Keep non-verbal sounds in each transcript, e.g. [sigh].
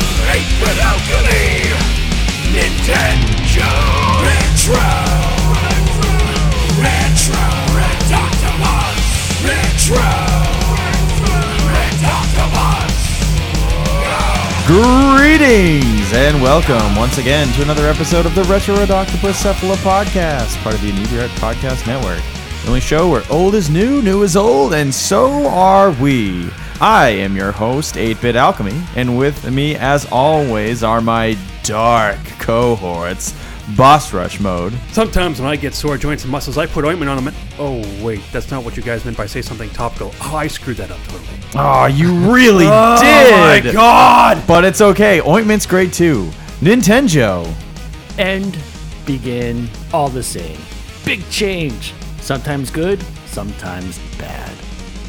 Stupid Alchemy Nintendo Retro Retro Red Octopus Retro Red Octopus Greetings and welcome once again to another episode of the Retro Red Octopus Cephala Podcast, part of the Inebriate Podcast Network. The only show where old is new, new is old, and so are we. I am your host, 8-Bit Alchemy, and with me, as always, are my dark cohorts, Boss Rush Mode, Sometimes when I get sore joints and muscles, I put ointment on them. And, oh wait, that's not what you guys meant by say something topical. Oh, I screwed that up totally. Oh, you [laughs] really did! Oh my god! But it's okay. Ointment's great too. Nintendo. end, begin, all the same. Big change. Sometimes good, sometimes bad.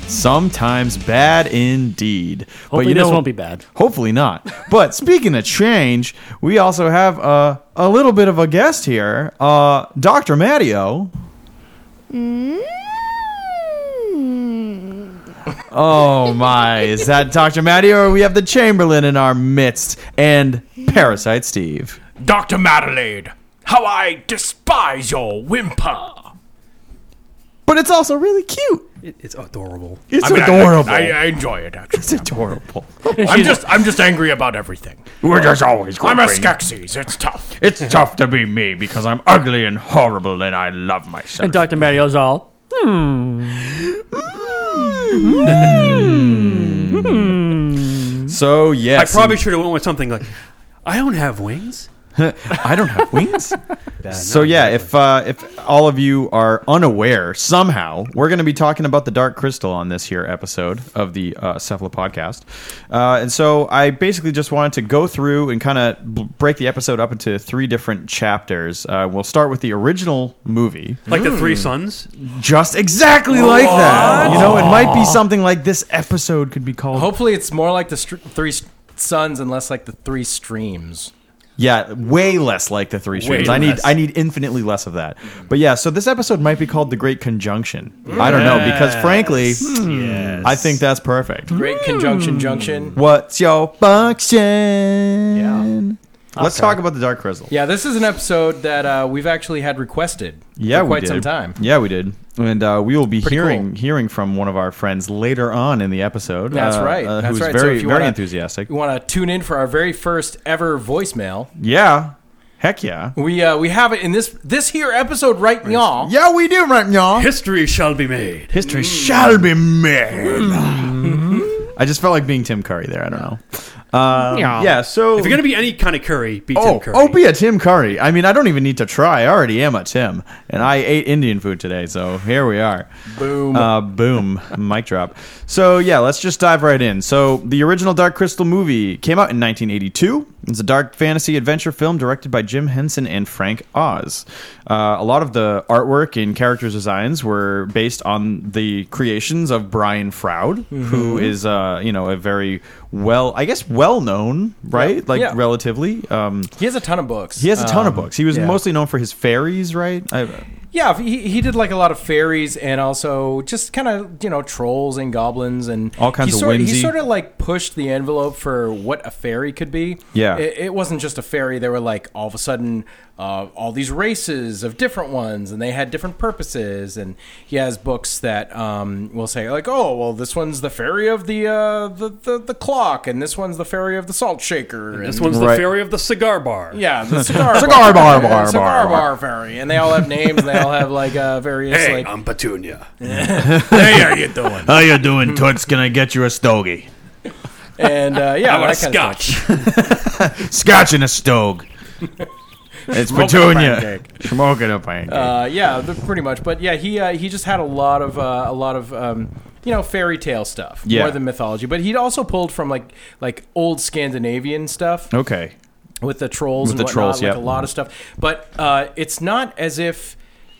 Sometimes bad indeed. Hopefully but you know, this won't be bad. Hopefully not. [laughs] But speaking of change, we also have uh, a little bit of a guest here, uh, Dr. Matteo. Oh my, is that Dr. Matteo or we have the Chamberlain in our midst and Parasite Steve. Dr. Madelaide How I despise your whimper But it's also really cute. [laughs] It, it's adorable. It's I mean, I- adorable. I, I enjoy it [laughs] actually it's adorable. I'm just I'm just angry about everything We're just always I'm grumpy. a Skeksis it's tough It's tough to be me because I'm ugly and horrible and I love myself. And Dr. Mario's all. Hmm. Mm-hmm. So I yes, probably should have went with something like, I don't have [laughs] wings. I don't have wings. so yeah, if uh, if all of you are unaware somehow, we're going to be talking about the Dark Crystal on this here episode of the uh, Cephala podcast. Uh, and so I basically just wanted to go through and kind of b- break the episode up into three different chapters. Uh, we'll start with the original movie, Like the Mm. three sons. just exactly like that. You know, it might be something like this episode could be called. Hopefully, it's more like the str- three st- suns and less like the three streams. Yeah, way less like the three streams. I need less. I need infinitely less of that. But yeah, so this episode might be called the Great Conjunction. I don't know because frankly, hmm, I think that's perfect. Great conjunction junction. What's your function? Let's talk about the Dark Crystal. Yeah, this is an episode that uh, we've actually had requested Yeah, for quite we did. some time. Yeah, we did, and uh, we will be Pretty hearing cool. hearing from one of our friends later on in the episode. That's uh, right. uh, That's who's right. very if you very wanna- enthusiastic. You want to tune in for our very first ever voicemail? Yeah, heck yeah, We uh, we have it in this this here episode right now. Mm. yeah, we do right now. History shall be made. History shall be made. I just felt like being Tim Curry there. I don't know. Um, yeah. So If you're gonna be any kind of curry, be oh, Tim Curry. oh, be a Tim Curry. I mean, I don't even need to try. I already am a Tim, and I ate Indian food today, so here we are. Boom. Uh, boom. [laughs] Mic drop. So, yeah, let's just dive right in. So, the original Dark Crystal movie came out in 1982. It's a dark fantasy adventure film directed by Jim Henson and Frank Oz. Uh, a lot of the artwork and characters' designs were based on the creations of Brian Froud, who Mm-hmm. is, uh, you know, a very well, I guess, well known, right? Like, Yeah. relatively. Um, He has a ton of books. he has a ton of Um, books. He was yeah. mostly known for his fairies, right? I, Yeah, he, he did like a lot of fairies and also just kind of you know trolls and goblins and All kinds he of sort, whimsy. He sort of like pushed the envelope for what a fairy could be. Yeah. it, it wasn't just a fairy. There were like all of a sudden uh, all these races of different ones, and they had different purposes. And he has books that um, will say like, oh, well, this one's the fairy of the uh, the, the the clock, and this one's the fairy of the salt shaker. This and- one's the Right. fairy of the cigar bar. yeah, [laughs] the cigar, Cigar bar, bar, cigar bar, bar, fairy, and they all have names. and They all have like uh, various Hey, like I'm [laughs] Petunia. Hey are you doing How you doing, Toots? Can I get you a stogie? and [laughs] uh, yeah, I want a that kind of stuff. scotch. Scotch and a stogue. [laughs] it's pancake. Smoking a pancake. Uh, yeah, th- pretty much. But yeah, he uh, he just had a lot of uh, a lot of um, you know fairy tale stuff Yeah. more than mythology. But he'd also pulled from like like old Scandinavian stuff okay. with the trolls With and the whatnot, trolls, like yep. a lot of stuff. But uh, it's not as if.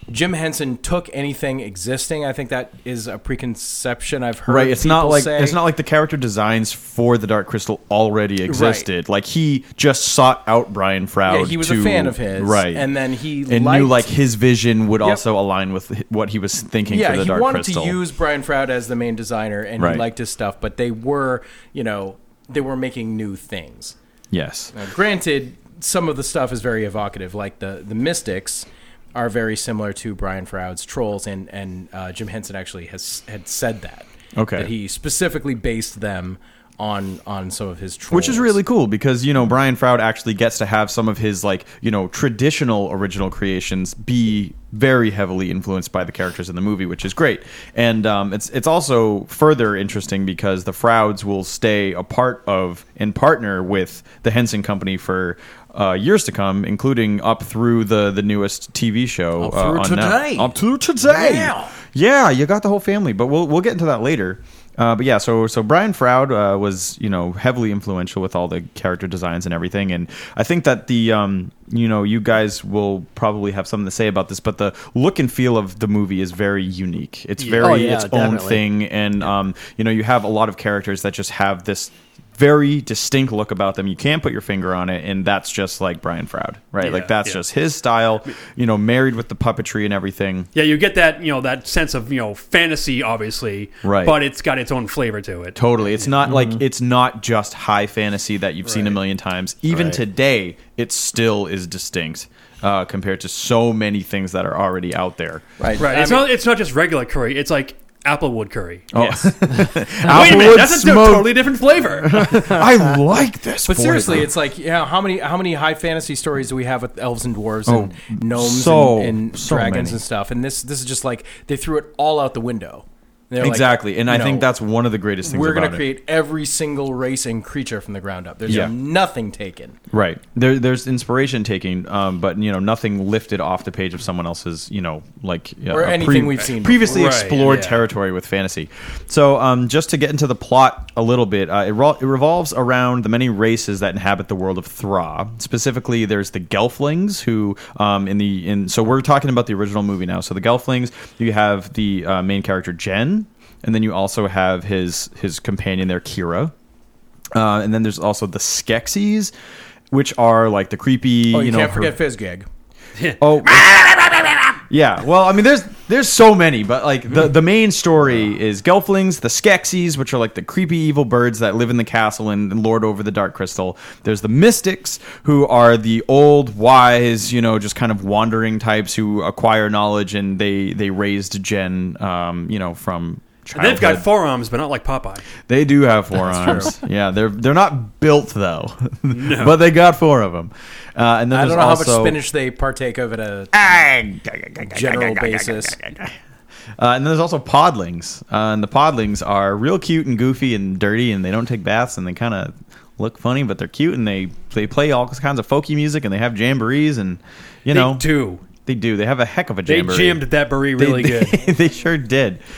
Jim Henson took anything existing. I think that is a preconception I've heard. right it's not people like say. it's not like the character designs for the dark crystal already existed like he just sought out brian froud Yeah, he was to- a fan of his, right And then he and liked, knew like his vision would also align with hi- what he was thinking yeah, for the he dark wanted crystal to use Brian Froud as the main designer, and Right. he liked his stuff. But they were, you know, they were making new things. Yes. Now, granted, some of the stuff is very evocative, like the the Mystics are very similar to Brian Froud's Trolls, and and uh, Jim Henson actually has had said that. Okay. that he specifically based them on on some of his trolls, Which is really cool because you know Brian Froud actually gets to have some of his like you know traditional original creations be very heavily influenced by the characters in the movie, which is great. And um, it's it's also further interesting because the Frouds will stay a part of and partner with the Henson Company for uh, years to come, including up through the the newest TV show Up through uh, on Now- today. Up through today. Yeah. Yeah, you got the whole family, but we'll we'll get into that later. Uh, but yeah, so so Brian Froud uh, was you know heavily influential with all the character designs and everything, and I think that the um, you know you guys will probably have something to say about this, but the look and feel of the movie is very unique. It's very Oh, yeah, its own definitely. thing, and um, you know you have a lot of characters that just have this very distinct look about them. You can't put your finger on it, and that's just like Brian Froud, right? like Yeah, that's yeah. just his style, you know, married with the puppetry and everything. Yeah, you get that, you know, that sense of, you know, fantasy, obviously. Right. But it's got its own flavor to it. Totally. It's not Mm-hmm. like it's not just high fantasy that you've seen a million times. Even today, it still is distinct uh, compared to so many things that are already out there. right. Right. I it's mean, not it's not just regular curry, it's like applewood curry. Oh, [laughs] Wait a Applewood minute, that's a smoke. totally different [laughs] flavor. [laughs] I like this. But flavor. seriously, it's like yeah, how many how many high fantasy stories do we have with elves and dwarves and gnomes Oh, so- and, and so dragons many. and stuff? And this this is just like they threw it all out the window. They're like, exactly, and you I know, think that's one of the greatest things. we're going to create every single race and creature from the ground up. There's Yeah. nothing taken. right there. There's inspiration taking, um, but you know nothing lifted off the page of someone else's. You know, like uh, Or a anything we've seen previously before. Right, explored yeah. territory with fantasy. So um, just to get into the plot a little bit, uh, it, rol it revolves around the many races that inhabit the world of Thra. Specifically, there's the Gelflings, who um, in the in so we're talking about the original movie now. So the Gelflings, you have the uh, main character Jen, and then you also have his his companion there, Kira. Uh, and then there's also the Skeksis, which are like the creepy. Oh, you, you know, can't her- forget Fizgig. Oh, yeah. Well, I mean, there's there's so many, but like the the main story is Gelflings, the Skeksis, which are like the creepy evil birds that live in the castle and, and lord over the Dark Crystal. There's the Mystics, who are the old wise, you know, just kind of wandering types who acquire knowledge and they they raised Jen, um, you know, from. and they've childhood. got forearms, but not like Popeye. They do have forearms. yeah, they're they're not built though, [laughs] but they got four of them. Uh, and then I there's don't know also, how much spinach they partake of at a general basis. Uh, and then there's also podlings, uh, and the podlings are real cute and goofy and dirty, and they don't take baths, and they kind of look funny, but they're cute, and they they play all kinds of folky music, and they have jamborees, and you know They do. they do. They have a heck of a They jamboree. jammed that beret really they, good. they sure did. [laughs]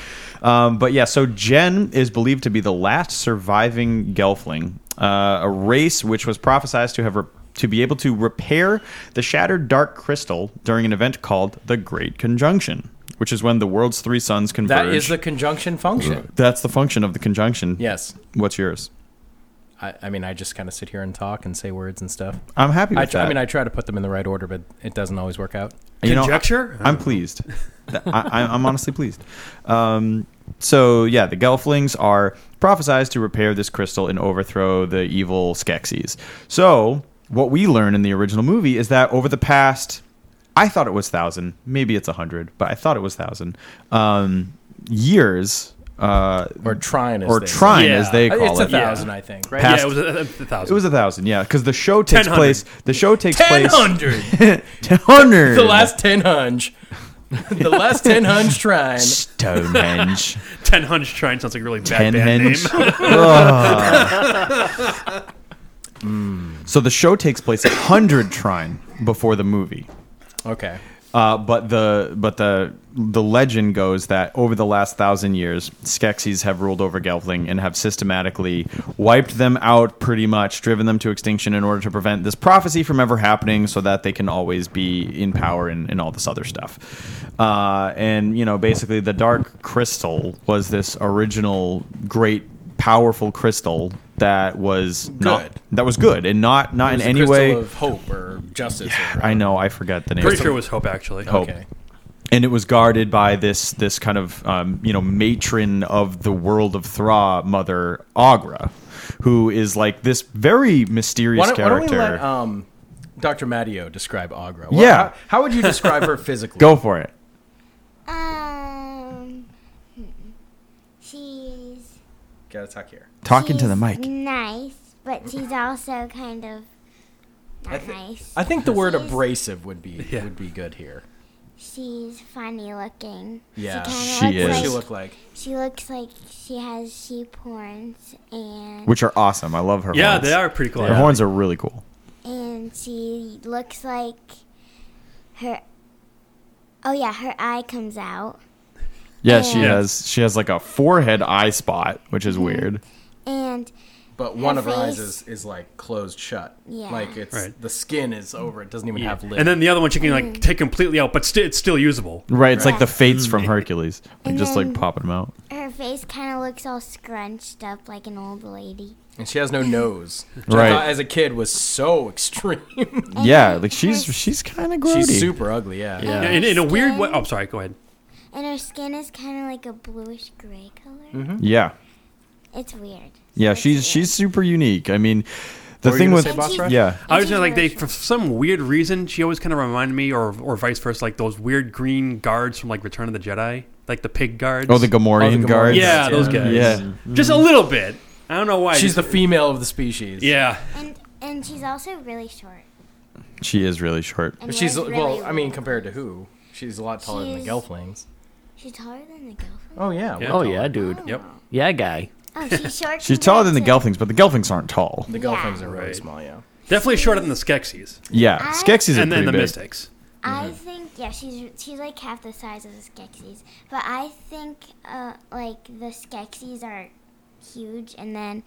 Um, but yeah, so Jen is believed to be the last surviving Gelfling, uh, a race which was prophesied to have re- to be able to repair the shattered dark crystal during an event called the Great Conjunction, which is when the world's three suns converge. That is the conjunction function. That's the function of the conjunction. Yes. What's yours? I, I mean, I just kind of sit here and talk and say words and stuff. I'm happy I, with tr- that. I mean, I try to put them in the right order, but it doesn't always work out. You know, I- Conjecture? I'm pleased. Th- I, I- I'm honestly pleased. Um, so yeah, the Gelflings are prophesized to repair this crystal and overthrow the evil Skeksis. So what we learn in the original movie is that over the past, I thought it was thousand, maybe it's a hundred, but I thought it was thousand um, years. Uh, Or trying as or they say. trying as Yeah. they Uh, call It's it. a thousand, I think. Right? Past- yeah, it was a, a, a thousand. It was a thousand, yeah, because the show takes 1000. place. The show takes Ten place. hundred. [laughs] 1000. The [laughs] last ten hunch. [laughs] The last ten hunch trying. Stonehenge. [laughs] Ten Hunch Shrine sounds like a really bad Ten band henge. name. [laughs] [laughs] So the show takes place at Hundred Trine before the movie. Okay. Uh, but the but the the legend goes that over the last thousand years, Skeksis have ruled over Gelfling and have systematically wiped them out, pretty much driven them to extinction in order to prevent this prophecy from ever happening, so that they can always be in power and, and all this other stuff. Uh, and you know, basically, the Dark Crystal was this original great powerful crystal that was not Good. that was good and not not in It's a any crystal way of hope or justice. or- I know I forget the name. Pretty sure it was Hope, actually. Hope. Okay. and it was guarded by this this kind of um, you know matron of the world of Thra, Mother Agra, who is like this very mysterious Why don't, why character. don't we let um, Dr. Matteo describe Agra? Wha- Yeah. How, how would you describe [laughs] her physically? Go for it. Um, hmm. she's Gotta talk here. Talking to the she's mic. Nice, but she's also kind of I not thi- nice. I think the word She's- abrasive would be Yeah. would be good here. She's funny looking. Yeah. She, She kinda What looks does is. she Like, look like? she looks like she has sheep horns, and Which are awesome. I love her. Yeah, horns. they are pretty cool. Her horns are really cool. and she looks like her. Oh yeah, her eye comes out, Yeah, she Yeah. Mm-hmm. has she has like a forehead eye spot, which is weird. and But one of her eyes face- is, is like closed shut. Yeah. Like it's Right. the skin is over. It doesn't even have lips. And then the other one she can like take completely out, but sti- it's still usable. Right, it's like Yeah. the fates Mm. from Hercules, like And just like then- popping them out. her face kind of looks all scrunched up like an old lady. and she has no [laughs] nose. Which I Right. thought as a kid was so [laughs] extreme. [laughs] Yeah, like she's she's kind of grody. She's super ugly, yeah. Yeah. In, in a weird way. Oh, I'm sorry. Go ahead. And her skin is kind of like a bluish gray color. Yeah, It's weird. yeah, It's she's weird. she's super unique. I mean, the What were you thing gonna with say, Boss Rush? yeah, I was gonna, like they She's for some weird reason she always kind of reminded me, or or vice versa, like those weird green guards from like Return of the Jedi, like the pig guards. oh the Gamorrean Oh, the Gamorreans. guards. yeah, those Yeah. Mm-hmm. guys. yeah, just a little bit. I don't know why. Just- She's the female of the species. yeah. And and she's also really short. she is really short. And She's wears really well, I mean, little. compared to who? She's a lot taller than the She's- Gelflings. she's taller than the girlfriend. Oh yeah. Yeah. well, Oh yeah, dude. Yep. Yeah, guy. Oh, she's short. She's taller than the Gelflings, but the Gelflings aren't tall. The Yeah. Gelflings are really Right. small, yeah. Definitely shorter than the Skeksis, Yeah, Skeksis are and then pretty the big. Mystics. I Mm-hmm. think yeah, she's she's like half the size of the Skeksis, but I think uh like the Skeksis are huge, and then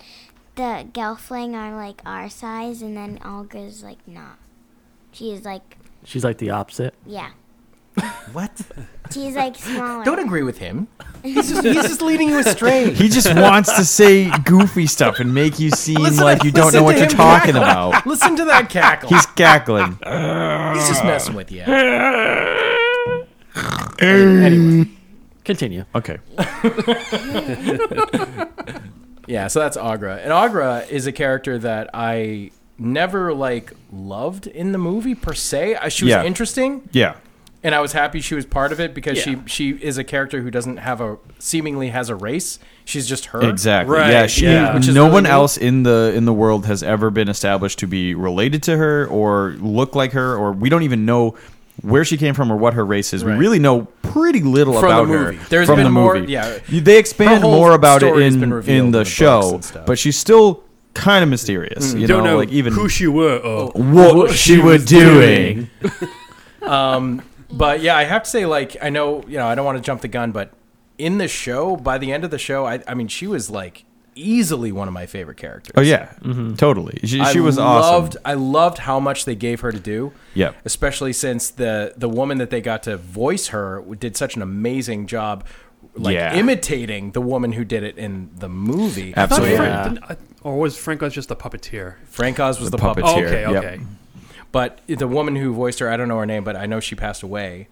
the Gelfling are like our size, and then Algra's like not. She is like She's like the opposite. yeah, What? she's like smaller. [laughs] Don't agree with [laughs] him. He's just, he's just leading you astray. [laughs] He just wants [laughs] to say goofy stuff and make you seem Listen to- like you don't listen know to what you're him talking cackle. [laughs] about. Listen to that cackle. He's [laughs] cackling. [laughs] He's just messing with [laughs] you. anyway, Continue. Uh, Okay. [laughs] yeah. So that's Agra, and Agra is a character that I never like loved in the movie per se. Uh, She was Yeah. interesting, Yeah. and I was happy she was part of it because Yeah. she she is a character who doesn't have a seemingly has a race. She's just her. Exactly. Right, Yeah, she. yeah. Which is No really one neat. else in the in the world has ever been established to be related to her or look like her, or we don't even know where she came from or what her race is. Right. We really know pretty little From about the movie. her There's from been the more- movie. yeah. You- they expand whole more about it story has been in revealed in in the the, books show, and stuff. but she's still kind of mysterious. Mm. You Don't know, know like even who she were. Oh, what she was doing. [laughs] Um, But yeah, I have to say, like, I know, you know, I don't want to jump the gun, but in the show, by the end of the show, I, I mean, she was like easily one of my favorite characters. Oh yeah, Mm-hmm. totally. She, I she was loved, awesome. I loved how much they gave her to do. Yep. Especially since the the woman that they got to voice her did such an amazing job, like Yeah. imitating the woman who did it in the movie. I thought Absolutely. So, Frank, didn't- I- or was Frank was just the puppeteer? Frank Oz was the, puppet. puppeteer. Oh, Here, okay, yep. okay. but the woman who voiced her, I don't know her name, but I know she passed away,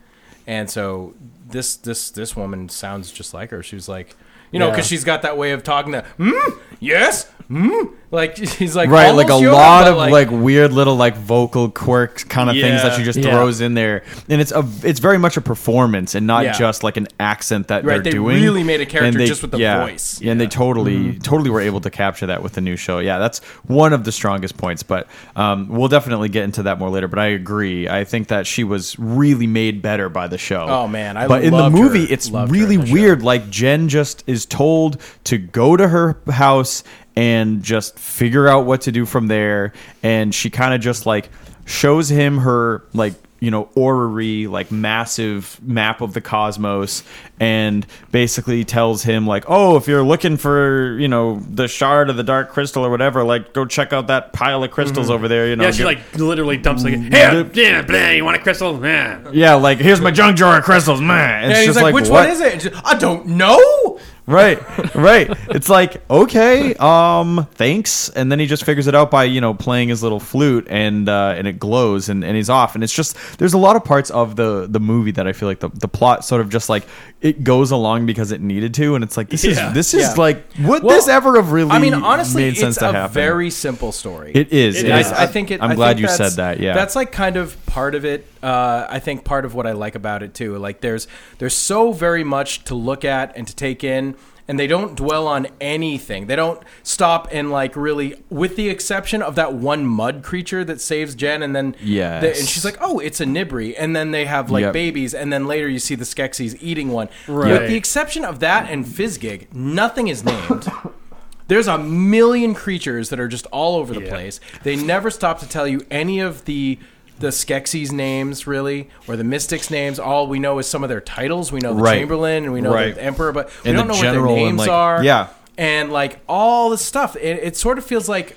and so this this this woman sounds just like her. She's like, you know, Yeah. because she's got that way of talking that, mm, yes, mm, like [laughs] she's like Right, like a almost Yoda, lot but, of like, weird little like vocal quirks kind of things that she just Yeah. throws in there, and it's a it's very much a performance and not Yeah. just like an accent that Right, they're they doing. really made a character And just with the yeah, voice. and they totally totally were able to capture that with the new show. Yeah, that's one of the strongest points. But um, we'll definitely get into that more later. But I agree. I think that she was really made better by the show. Oh, man, I but in the loved her. movie, it's Loved her in really the show. weird weird. Like Jen just is told to go to her house and just figure out what to do from there. And she kind of just like shows him her like you know orrery like massive map of the cosmos and basically tells him like, "Oh, if you're looking for you know the shard of the dark crystal or whatever, like go check out that pile of crystals Mm-hmm. over there." You know, Mm-hmm. Yeah, she like give- literally dumps like, hey, yeah, blah, you want a crystal? Yeah. yeah, like here's my junk drawer of crystals, man. And It's he's just like, like, which what? one is it? And she's, I don't know. right right it's like okay um thanks and then he just figures it out by you know playing his little flute and uh and it glows and, and he's off and it's just there's a lot of parts of the the movie that i feel like the, the plot sort of just like it goes along because it needed to and it's like this Yeah. is this is Yeah. like would Well, this ever have really I mean, honestly, made sense it's to a happen very simple story. it is It it is. is. I, I think it. i'm I glad think you said that's- that yeah that's like kind of part of it. Uh, I think part of what I like about it too. Like there's there's so very much to look at and to take in, and they don't dwell on anything. They don't stop and like really, with the exception of that one mud creature that saves Jen, and then Yes. the- and she's like, oh, it's a nibri, and then they have like Yep. babies, and then later you see the Skeksis eating one. Right. With the exception of that and Fizgig, nothing is named. There's a million creatures that are just all over the place. They never stop to tell you any of the the Skeksis names, really, or the Mystics' names. All we know is some of their titles. We know the Right. Chamberlain, and we know Right. the Emperor, but we And don't the know general what and, their names like- are. yeah. and like all this stuff. It, it sort of feels like.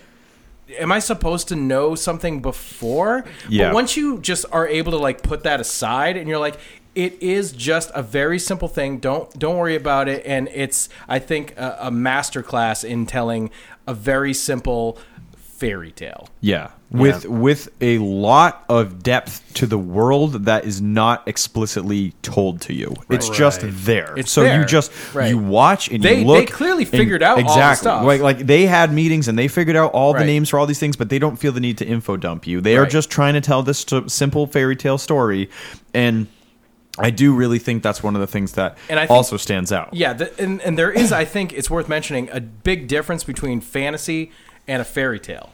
Am I supposed to know something before? Yeah. But once you just are able to like put that aside and you're like it is just a very simple thing don't don't worry about it and it's i think a, a master class in telling a very simple fairy tale Yeah. With with a lot of depth to the world that is not explicitly told to you. It's just there. It's so there. you just Right. you watch and They- they you look. clearly and- figured out all the exactly. stuff. Like like they had meetings and they figured out all the Right. names for all these things, but they don't feel the need to info dump you. They are Right. just trying to tell this st- simple fairy tale story, and I do really think that's one of the things that And I think- also stands out. yeah the, and, and there is i think it's worth mentioning a big difference between fantasy and a fairy tale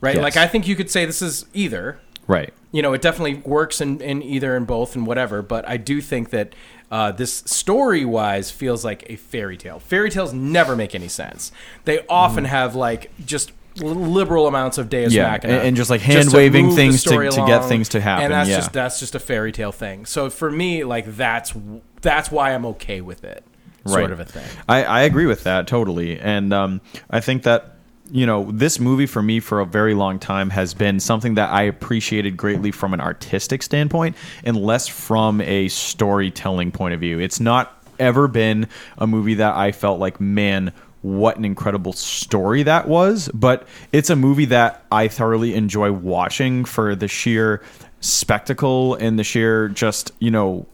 right Yes. like i think you could say this is either Right. you know, it definitely works in, in either and both and whatever. But I do think that uh, this story wise feels like a fairy tale. Fairy tales never make any sense. They often have like just li- liberal amounts of Deus Mm. Yeah, Machina, and- and just, like, to hand-waving move the things to- story to get things to happen, And that's yeah. just that's just a fairy tale thing. So for me, like that's w- that's why I'm okay with it. Sort of a thing. I, I agree with that totally, and um, I think that you know this movie for me for a very long time has been something that I appreciated greatly from an artistic standpoint and less from a storytelling point of view. It's not ever been a movie that I felt like man. What an incredible story that was, but it's a movie that I thoroughly enjoy watching for the sheer spectacle and the sheer just, you know,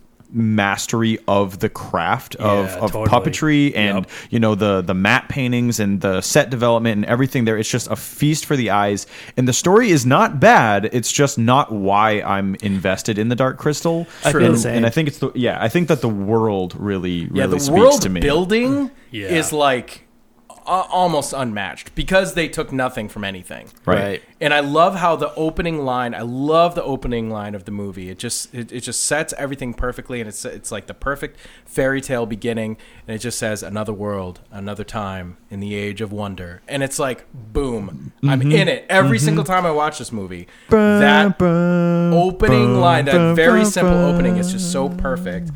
mastery of the craft of, Yeah, of totally. puppetry puppetry and you know the the matte paintings and the set development and everything there it's just a feast for the eyes and the story is not bad it's just not why i'm invested in the dark crystal I feel and, the same. and i think it's the yeah i think that the world really really yeah, speaks the world to me building Yeah. is like a- almost unmatched because they took nothing from anything. right, And I love how the opening line. I love the opening line of the movie. It just it, it just sets everything perfectly, and it's it's like the perfect fairy tale beginning. And it just says another world, another time in the age of wonder. And it's like boom, I'm in it every single time I watch this movie. that opening line, that very simple opening, is just so perfect.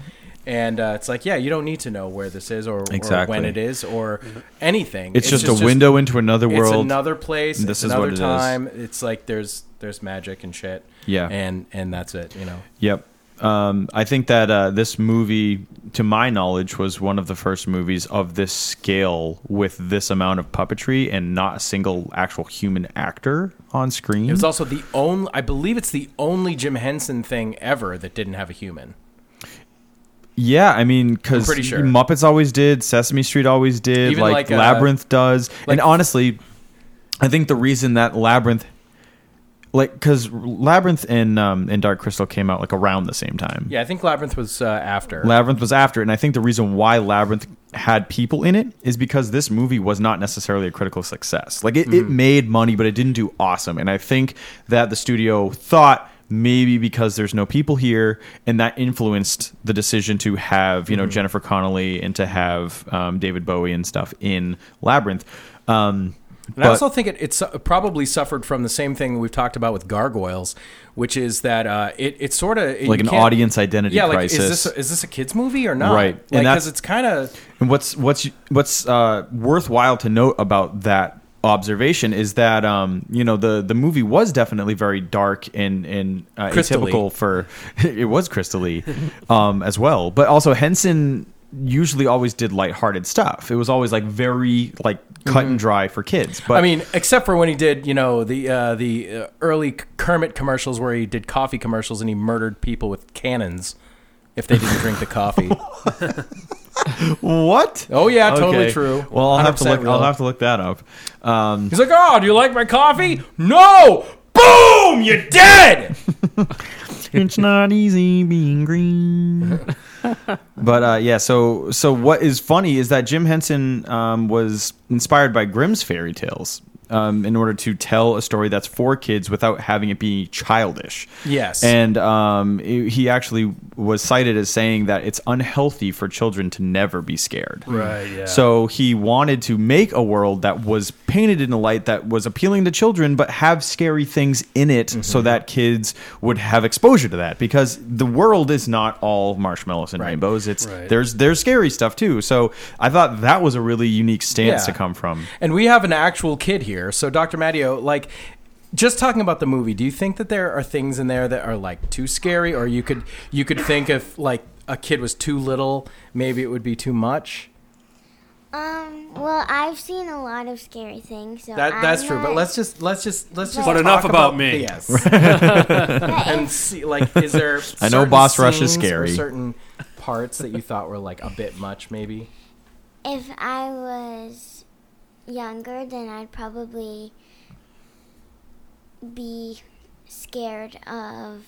And uh, it's like, yeah, you don't need to know where this is or, Exactly. or when it is or anything. it's, just, a window into another world It's another place. and This this it's is another what it is. time. It's like there's there's magic and shit. Yeah. and and that's it. You know. Yep. Um, I think that uh, this movie, to my knowledge, was one of the first movies of this scale with this amount of puppetry and not a single actual human actor on screen. It was also the only. I believe it's the only Jim Henson thing ever that didn't have a human. yeah, I mean, because pretty sure. Muppets always did, Sesame Street always did, Even like, like, uh, Labyrinth does. like- and honestly, I think the reason that Labyrinth, like, because Labyrinth and um, and Dark Crystal came out like around the same time. Yeah, I think Labyrinth was uh, after. Labyrinth was after, it, and I think the reason why Labyrinth had people in it is because this movie was not necessarily a critical success. Like it, it Mm-hmm. made money, but it didn't do awesome. And I think that the studio thought maybe because there's no people here, and that influenced the decision to have Mm-hmm. you know Jennifer Connelly and to have um, David Bowie and stuff in Labyrinth. Um, And I also think it, it su- probably suffered from the same thing we've talked about with gargoyles, which is that uh, it it's sort of Like an audience identity Yeah, like is crisis. this a, is this a kids movie or not? Right. And that's- because it's kind of And what's what's what's uh, worthwhile to note about that observation is that um, you know the the movie was definitely very dark and and uh, Crystally. atypical for [laughs] it was crystally um, as well, but also Henson usually always did lighthearted stuff. It was always like very like cut and dry for kids. But Mm-hmm. I mean, except for when he did, you know, the uh, the uh, early Kermit commercials where he did coffee commercials and he murdered people with cannons if they didn't drink the [laughs] coffee. what? Oh yeah, totally Okay. true. Well, I'll have to 100% look. I'll real. have to look that up. Um, He's like, "Oh, do you like my coffee? No! Boom! You're dead." it's not easy being green. but uh, yeah, so so what is funny is that Jim Henson um, was inspired by Grimm's fairy tales. Um, in order to tell a story that's for kids without having it be childish. Yes. And um, he he actually was cited as saying that it's unhealthy for children to never be scared. Right, yeah. [laughs] So he wanted to make a world that was painted in a light that was appealing to children, but have scary things in it so that kids would have exposure to that because the world is not all marshmallows and rainbows. It's Right. there's there's scary stuff too. So I thought that was a really unique stance Yeah. to come from. And we have an actual kid here. So, Dr. Matteo, like, just talking about the movie, do you think that there are things in there that are like too scary, or you could you could think if like a kid was too little, maybe it would be too much? Um, well, I've seen a lot of scary things, so That that's I'm true. But not- let's just let's just let's just. But talk enough about me. [laughs] Yes. but and it's- see, like, is there? [laughs] I know certain Boss Rush is scenes or scary. Certain parts that you thought were like a bit much, maybe. if I was younger, then I'd probably be scared of.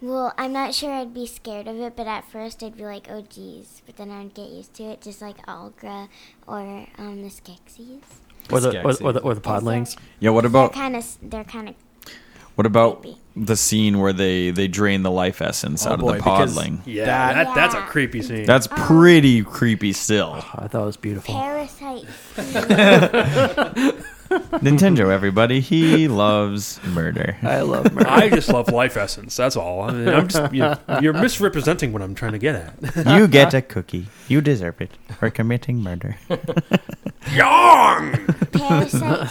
Well, I'm not sure I'd be scared of it, but at first I'd be like, "Oh, geez," but then I'd get used to it, just like Algra or um, the Skeksis. Or the, or, Skeksis. or the, or the podlings. Yeah. What They're about kind of they're kind of what about creepy. the scene where they they drain the life Oh, essence out Oh, boy, of the because- podling? Yeah, That- that, that's a Yeah. creepy scene. That's pretty creepy still. Oh, I thought it was [laughs] [laughs] beautiful. parasites. Nintendo, everybody, he loves murder. I love murder. I just love life essence. That's all. I mean, I'm just you're, you're misrepresenting what I'm trying to get at. You [laughs] get a cookie. You deserve it for committing murder. Yawn. Parasite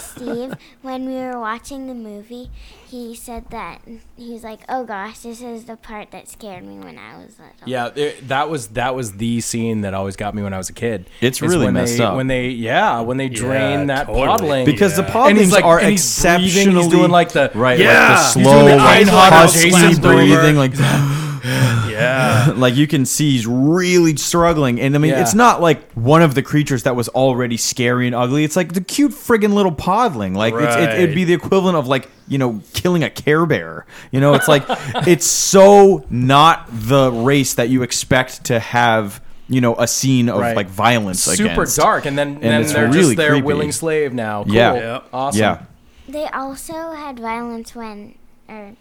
[laughs] Steve, when we were watching the movie, he said that he's like, "Oh gosh, this is the part that scared me when I was little." Yeah, it, that was that was the scene that always got me when I was a kid. It's is really when messed they, up. when they yeah when they drain that totally. podling Because Yeah. the And podlings he's like- are and he's breathing, he's exceptionally doing like the- right, Yeah! like the He's slow, doing the like Einhorn husky Jason breathing, Brewer. like Yeah. [laughs] like [gasps] you can see he's really struggling. And I mean, Yeah. it's not like one of the creatures that was already scary and ugly. It's like the cute friggin' little podling. Like it's, it, it'd be Right. the equivalent of like you know killing a Care Bear. You know, it's like [laughs] it's so not the race that you expect to have. You know, a scene of Right. like violence super against. dark, and then then it's they're really just their creepy. willing slave now. Cool. Yeah. Yeah. awesome. Yeah. They also had violence when, or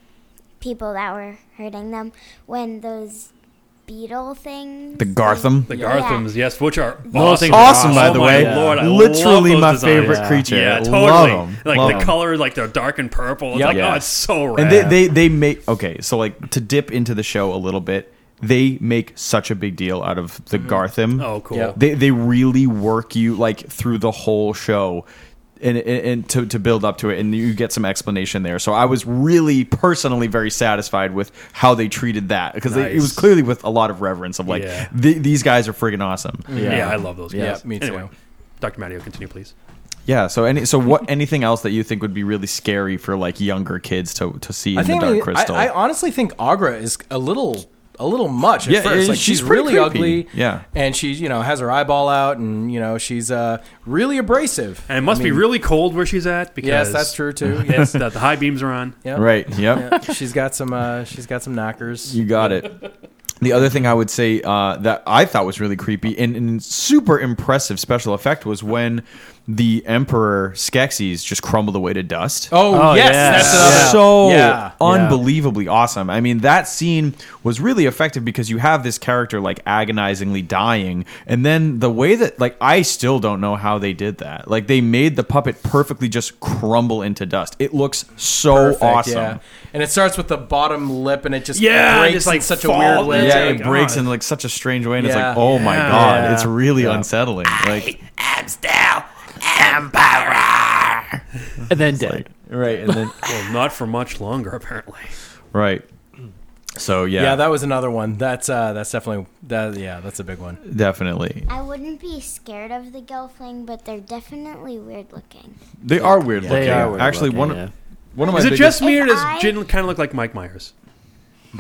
people that were hurting them when those beetle things. The Gartham. The Yeah. Garthams, yes, which are Those awesome, things are awesome, by Oh the my way. Lord, I Literally love my those designs. favorite Yeah. creature. Yeah, I totally. love 'em. Like Love the 'em. color, like they're dark and purple. It's Yep. like, Yeah. oh, it's so rad. and they, they they make okay so like to dip into the show a little bit they make such a big deal out of the gartham oh, cool. Yep. they they really work you like through the whole show and, and, and to, to build up to it and you get some explanation there so i was really personally very satisfied with how they treated that because they- it was Nice. clearly with a lot of reverence of like Yeah. "Th- these guys are friggin' awesome Mm-hmm. Yeah. I love those Yeah, guys. me too. Anyway, Dr. Matteo, continue, please. yeah so any so what anything else that you think would be really scary for like younger kids to, to see I in the think dark I, crystal I honestly think Agra is a little a little much at Yeah, first. yeah, Like she's she's, pretty really creepy. ugly. Yeah. and she you know has her eyeball out, and you know she's uh really abrasive. And it must be really cold where she's at because Yes, that's true [laughs] too. Yeah. It's that the high beams are on. Yep. right yep she's got some uh she's got some knockers. You got it. The other thing I would say uh, that I thought was really creepy and, and super impressive special effect was when the Emperor Skeksis just crumbled away to dust. Oh, Oh, yes, yeah. that's another. so yeah. unbelievably awesome. I mean, that scene was really effective because you have this character like agonizingly dying, and then the way that like I still don't know how they did that. Like they made the puppet perfectly just crumble into dust. It looks so [laughs] Perfect, awesome. yeah. And it starts with the bottom lip, and it just Yeah, breaks just, in like, such fall a weird way. into- It's Yeah, like, it breaks in like such a strange way, and it's Yeah. like, oh my Yeah. god, Yeah. it's really unsettling. Like, and then dead. right, and then [laughs] Well, not for much longer, apparently. right. So yeah, yeah. that was another one. That's uh, that's definitely that. Yeah, that's a big one. definitely I wouldn't be scared of the Gelfling, but they're definitely weird looking. they are weird looking. They are weird Actually, looking, one yeah. one of my Is it biggest- just me, or If does I- Jin kind of look like Mike Myers?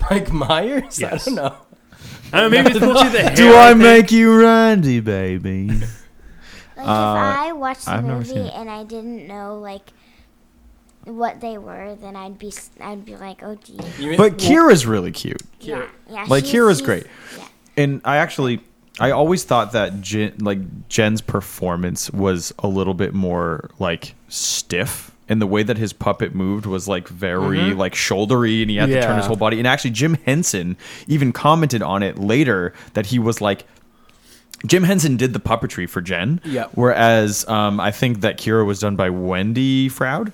Mike Myers. Yes. I don't know. I don't [laughs] know, maybe it's mostly the hair. [laughs] Do I think. make you randy, baby? Uh, Like if I watched the I've never seen movie it. and I didn't know like what they were, then I'd be s- I'd be like, oh gee. You- But Kira's really cute, Yeah, yeah. Like, she's- Kira's she's- great. Yeah. and I actually, I always thought that Jen, like Jen's performance was a little bit more like stiff, and the way that his puppet moved was like very like shouldery, and he had to turn his Yeah. whole body. And actually, Jim Henson even commented on it later that he was like. Jim Henson did the puppetry for Jen, Yeah. whereas um, I think that Kira was done by Wendy Froud.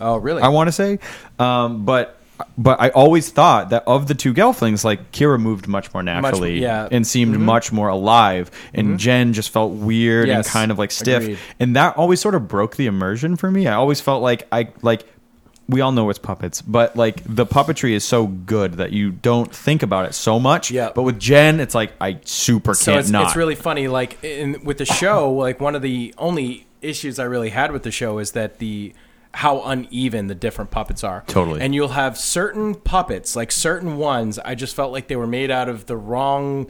oh, really? I want to say, um, but but I always thought that of the two Gelflings, like Kira moved much more naturally yeah. Mm-hmm. and seemed much more alive, and Jen just felt weird and Yes, kind of like stiff, agreed. and that always sort of broke the immersion for me. I always felt like I like. We all know it's puppets, but like the puppetry is so good that you don't think about it so much. Yeah. But with Jen, it's like I super so can't it's, not. it's really funny like in, with the show like one of the only issues i really had with the show is that the how uneven the different puppets are Totally. and you'll have certain puppets like certain ones i just felt like they were made out of the wrong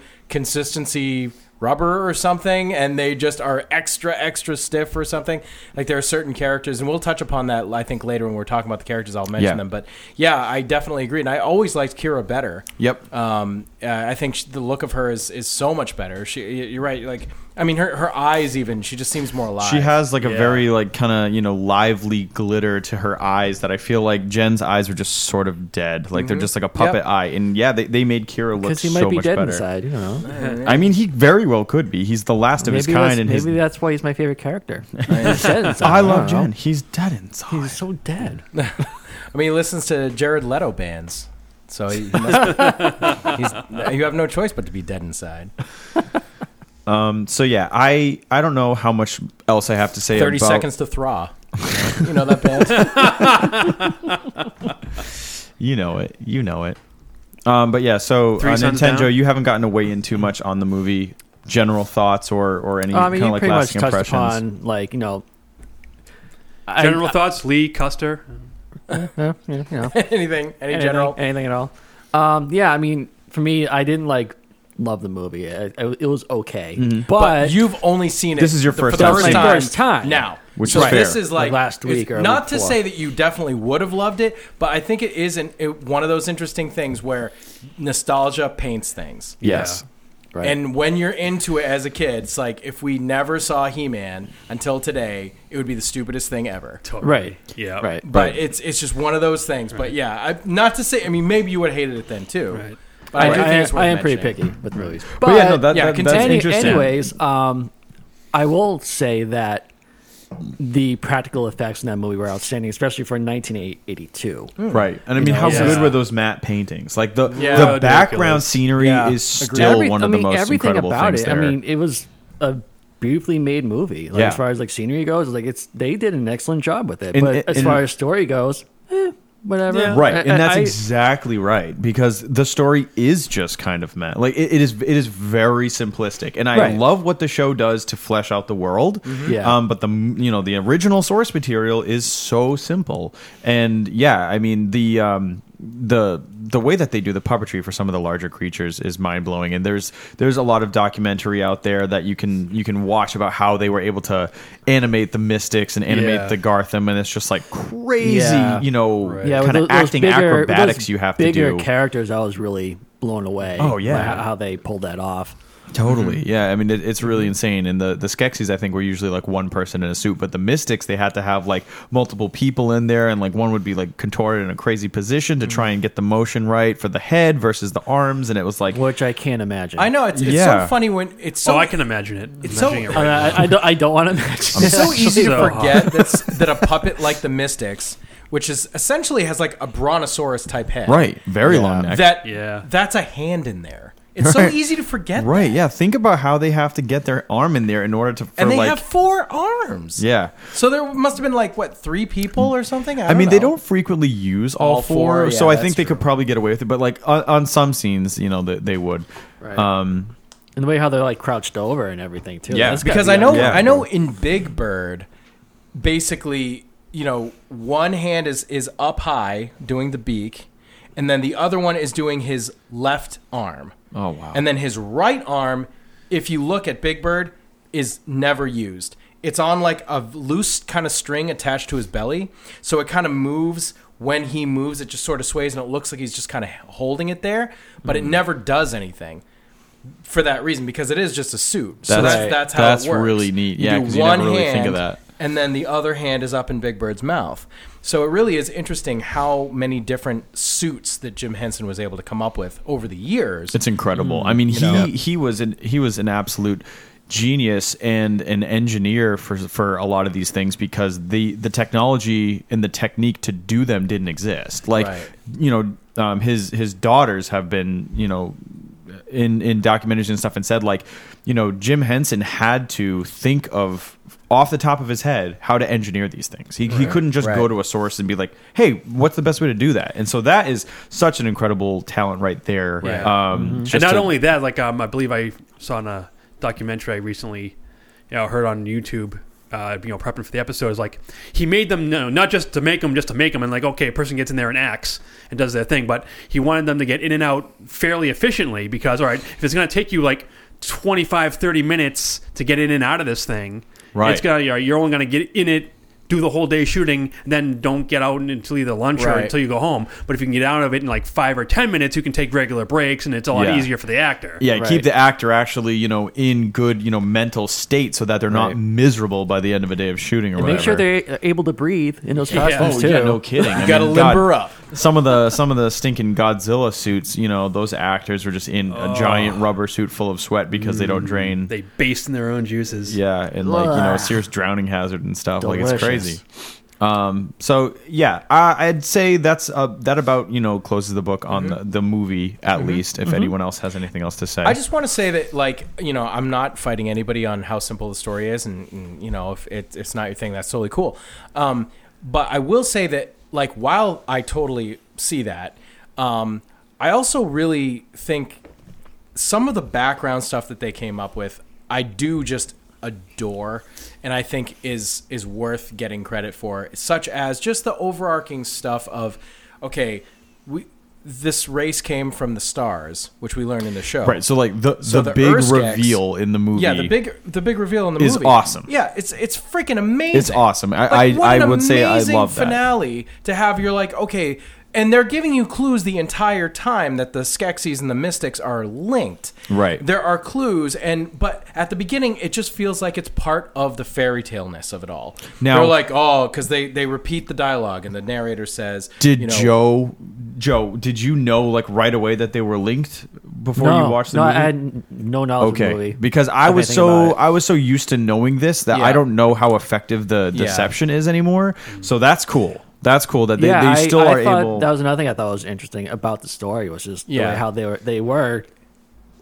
consistency rubber or something and they just are extra extra stiff or something like there are certain characters and we'll touch upon that i think later when we're talking about the characters i'll mention Yeah. them but yeah i definitely agree and i always liked kira better Yep. um, uh, I think sh the look of her is, is so much better. She, y- you're right. Like, I mean, her, her eyes even. She just seems more alive. She has like a very like kind of you know lively glitter to her eyes that I feel like Jen's eyes are just sort of dead, like they're just like a puppet Yep. eye. And yeah, they, they made Kira look Mm-hmm. Because he so might be much dead better. inside, you know. I mean, he very well could be. He's the last of Maybe, his kind, that's, and his. maybe that's why he's my favorite [laughs] character. He's dead inside, I love don't know. Jen. He's dead inside. He's so dead. I mean, he listens to Jared Leto bands, so he he must, [laughs] he's, you have no choice but to be dead inside. [laughs] Um, so yeah, I I don't know how much else I have to [laughs] say. Thirty about- seconds to Thraw. you know that band. You know it. You know it. Um, but yeah, so Three uh, Suns Nintendo, Down? you haven't gotten to weigh in too much on the movie. General thoughts or or any I mean, kind you of like pretty much lasting touched impressions. upon, like, you know. I- General I- thoughts, Lee Custer. yeah, Mm-hmm, yeah, you know. [laughs] anything, any general. anything, anything at all. Um, yeah, I mean, for me, I didn't like love the movie. It, it, it was okay, but, But you've only seen it. [laughs] Mm-hmm. This is your the- for first the time first seeing it. time, First time. now, Which so is this fair. is like, Like last week it's or not week to before. say that you definitely would have loved it, but I think it is an, it, one of those interesting things where nostalgia paints things. Yes. right? And when you're into it as a kid, it's like if we never saw He-Man until today, it would be the stupidest thing ever. right, Yeah. right. But it's it's just one of those things. But yeah, I, not to say. I mean, maybe you would have hated it then too. Right. But I, do think I, it's worth I am pretty mentioning. picky with movies, but, But, yeah, no, that, yeah, that- that's continue- Any- interesting. Anyways, um, I will say that the practical effects in that movie were outstanding, especially for 1982. Right. And I mean, how Mm. know, good yeah. were those matte paintings? Like the Yeah. the Ridiculous. background scenery Yeah. is Agreed. still Every- one I of mean, the most everything incredible about things it. there. I mean, it was a beautifully made movie. Like Yeah. as far as like scenery goes, like it's they did an excellent job with it. And- but as and- far as story goes, eh, whatever. right, I- and that's I- exactly right because the story is just kind of matte. Like it, it is, it is very simplistic, and I Right. Mm-hmm. love what the show does to flesh out the world. Yeah. Um, but the you know the original source material is so simple, and yeah, I mean the um the the way that they do the puppetry for some of the larger creatures is mind blowing, and there's there's a lot of documentary out there that you can you can watch about how they were able to animate the mystics and animate Yeah. the Gartham, and it's just like crazy, Yeah. you know, yeah, with kind tho- of those acting bigger- with acrobatics those you have to bigger do. characters. I was really blown away. Oh, yeah. by how, how they pulled that off. Totally. Mm-hmm. Mm-hmm. Yeah. I mean, it, it's really insane. And the, the Skeksis, I think, were usually like one person in a suit, but the Mystics, they had to have like multiple people in there, and like one would be like contorted in a crazy position to Mm-hmm. try and get the motion right for the head versus the arms. And it was like, which I can't imagine. I know it's, it's Yeah. so funny when it's so So Oh, I can imagine it. It's so- imagining it I, right now. I- I don't. I don't want to imagine. it's [laughs] so easy so to forget that's, that a puppet like the Mystics, which is essentially has like a brontosaurus type head, right, very long neck. That Yeah. that's a hand in there. It's Right. so easy to forget, right. that. Yeah. Think about how they have to get their arm in there in order to, for And they like, have four arms. yeah. So there must have been like what three people or something. I, I mean, know. they don't frequently use all, All four, four, yeah, so I that's think they could probably get away with it. But like on, on some scenes, you know, they, they would. Um, and the way how they're like crouched over and everything too. Yeah, That's gotta because be I know Yeah. I know in Big Bird, basically, you know, one hand is is up high doing the beak, and then the other one is doing his left arm. Oh, wow. And then his right arm, if you look at Big Bird, is never used. It's on like a loose kind of string attached to his belly, so it kind of moves. When he moves, it just sort of sways, and it looks like he's just kind of holding it there, but Mm-hmm. it never does anything for that reason because it is just a suit. so That's- that's that's how that's it works. really neat. Yeah, do 'cause you never really think of that. and then the other hand is up in Big Bird's mouth. So it really is interesting how many different suits that Jim Henson was able to come up with over the years. It's incredible. I mean, he know? he was an he was an absolute genius and an engineer for for a lot of these things because the the technology and the technique to do them didn't exist. Like Right. you know, um, his his daughters have been you know. In, in documentaries and stuff, and said like, you know, Jim Henson had to think of off the top of his head how to engineer these things. He, he couldn't just go Right. to a source and be like, hey, what's the best way to do that? And so that is such an incredible talent right there. Right. Um, and just not to- only that, like um, I believe I saw in a documentary I recently, you know, heard on YouTube. Uh, you know, prepping for the episodes, like he made them know not just to make them, just to make them, and like okay, a person gets in there and acts and does their thing, but he wanted them to get in and out fairly efficiently because all right, if it's going to take you like 25, 30 minutes to get in and out of this thing, Right. It's gonna you're only going to get in it, do the whole day shooting, and then don't get out until either lunch or Right. until you go home. But if you can get out of it in like five or ten minutes, you can take regular breaks, and it's a lot Yeah. easier for the actor. yeah, keep Right. the actor actually, you know, in good, you know, mental state so that they're not Right. miserable by the end of a day of shooting or And whatever. make sure they're able to breathe in those Yeah. costumes Oh too. yeah, [laughs] no kidding. I You gotta mean, limber God, up. Some of the some of the stinking Godzilla suits, you know, those actors were just in a giant rubber suit full of sweat because they don't drain. They based in their own juices. [laughs] yeah, and like you know, a Ugh. serious drowning hazard and stuff. Like it's Delicious. crazy. Um, so yeah, I, I'd say that's uh, that about you know closes the book on the, the movie at least. If anyone else has anything else to say, Mm-hmm. I just want to say that, like, you know, I'm not fighting anybody on how simple the story is, and, and, you know, if it, it's not your thing, that's totally cool. Um, but I will say that, like, while I totally see that, um, I also really think some of the background stuff that they came up with, I do just adore, and I think is is worth getting credit for, such as just the overarching stuff of, okay, we. This race came from the stars, which we learned in the show. right. So like the the, the big Earth's gags- reveal in the movie. Yeah, the big the big reveal in the is movie awesome. Yeah, it's it's freaking amazing. It's awesome. I- I- what I an would say I amazing love that. finale to have. You're like okay, and they're giving you clues the entire time that the Skeksis and the Mystics are linked. Right. There are clues, and but at the beginning, it just feels like it's part of the fairy taleness of it all. Now- they're like oh, because they they repeat the dialogue, and the narrator says, Did you know, Joe Joe did you know like right away that they were linked before no, you watched the no, movie? I had no knowledge of the movie okay, because I Of was anything about so uh, it. I was so used to knowing this that I Yeah. don't know how effective the Yeah. deception is anymore. So that's cool. That's cool that they, yeah, they I- still I, are thought able. that was another thing I thought was interesting about the story was just the Yeah. way how they were they were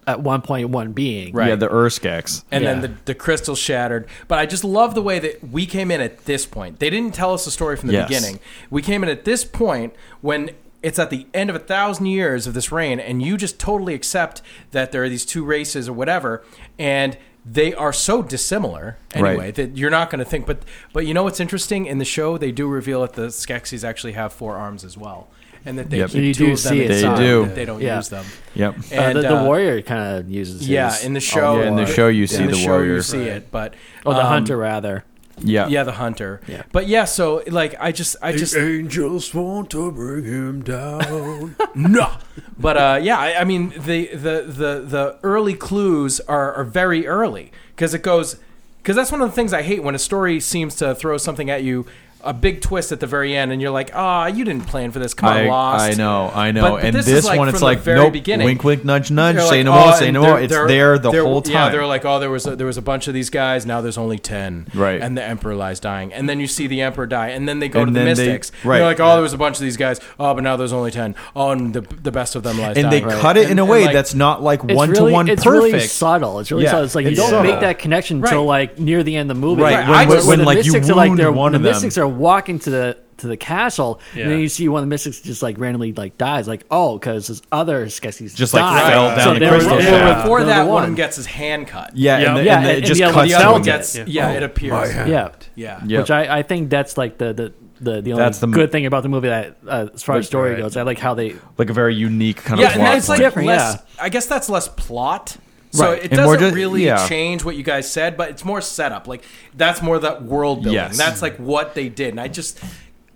at one point one being Right. Yeah, the Urskex. and Yeah. then the, the crystal shattered. But I just love the way that we came in at this point. They didn't tell us the story from the Yes. beginning. We came in at this point when it's at the end of a thousand years of this reign, and you just totally accept that there are these two races or whatever, and they are so dissimilar anyway Right. that you're not going to think. But but you know what's interesting in the show? They do reveal that the Skeksis actually have four arms as well, and that they Yep. keep You two do of them see it. They inside. do. That they don't Yeah. use them. Yep. Uh, the, the uh, warrior kind of uses yeah, his- in the show. yeah, in the uh, show you see in the show warrior. You see it, but or Oh, the um, hunter rather Yeah. yeah, the hunter. Yeah. But yeah, so like I just I just angels want to bring him down. no. But uh, yeah, I, I mean the, the the the early clues are, are very early because it goes because that's one of the things I hate when a story seems to throw something at you a big twist at the very end and you're like ah you didn't plan for this come on I, lost I know, I know. But- but and this, is, like, one, from it's the like, very nope, beginning. wink, wink, nudge, nudge, They're say like, no "Oh," more, say and no they're- more. It's they're- there the they're- whole time. Yeah, they're like, oh, there was a, there was a bunch of these guys. Now there's only ten. Right. And the emperor lies dying, and then you see the emperor die, and then they go And to the then they- mystics. right. They're like, oh, there was a bunch of these guys. Oh, but now there's only ten. Oh, and the the best of them lies. and they dying. cut it And- in a and, way like, that's not like It's one really- to one perfect. It's really subtle. It's really Yeah, subtle. It's like you it's don't subtle. make that connection until Right. like near the end of the movie. Right, Right, when- I just- when, when, the like, you mystics are like wound they're one the of them. mystics are walking to the to the castle, and then Yeah. you see one of the mystics just like randomly like dies. Like oh, because this other Skeksis Just, like, died. fell down the they were- crystal they were shaft. with- they were before the that one. one gets his hand cut. yeah, Yeah, and, the, yeah, and the- and- it and just the other cuts one The to other fell him. one gets Yeah. yeah, it appears. yeah. Yeah. Yeah. Which I, I think that's like the the the, the only That's the m- good thing about the movie that uh, as far as story right. goes, I like how they like a very unique kind yeah, of and plot. that's like point. Different, less. yeah. I guess that's less plot. So Right. it And more doesn't ju- really yeah. change what you guys said, but it's more setup. Like that's more that world building. Yes. That's like what they did, and I just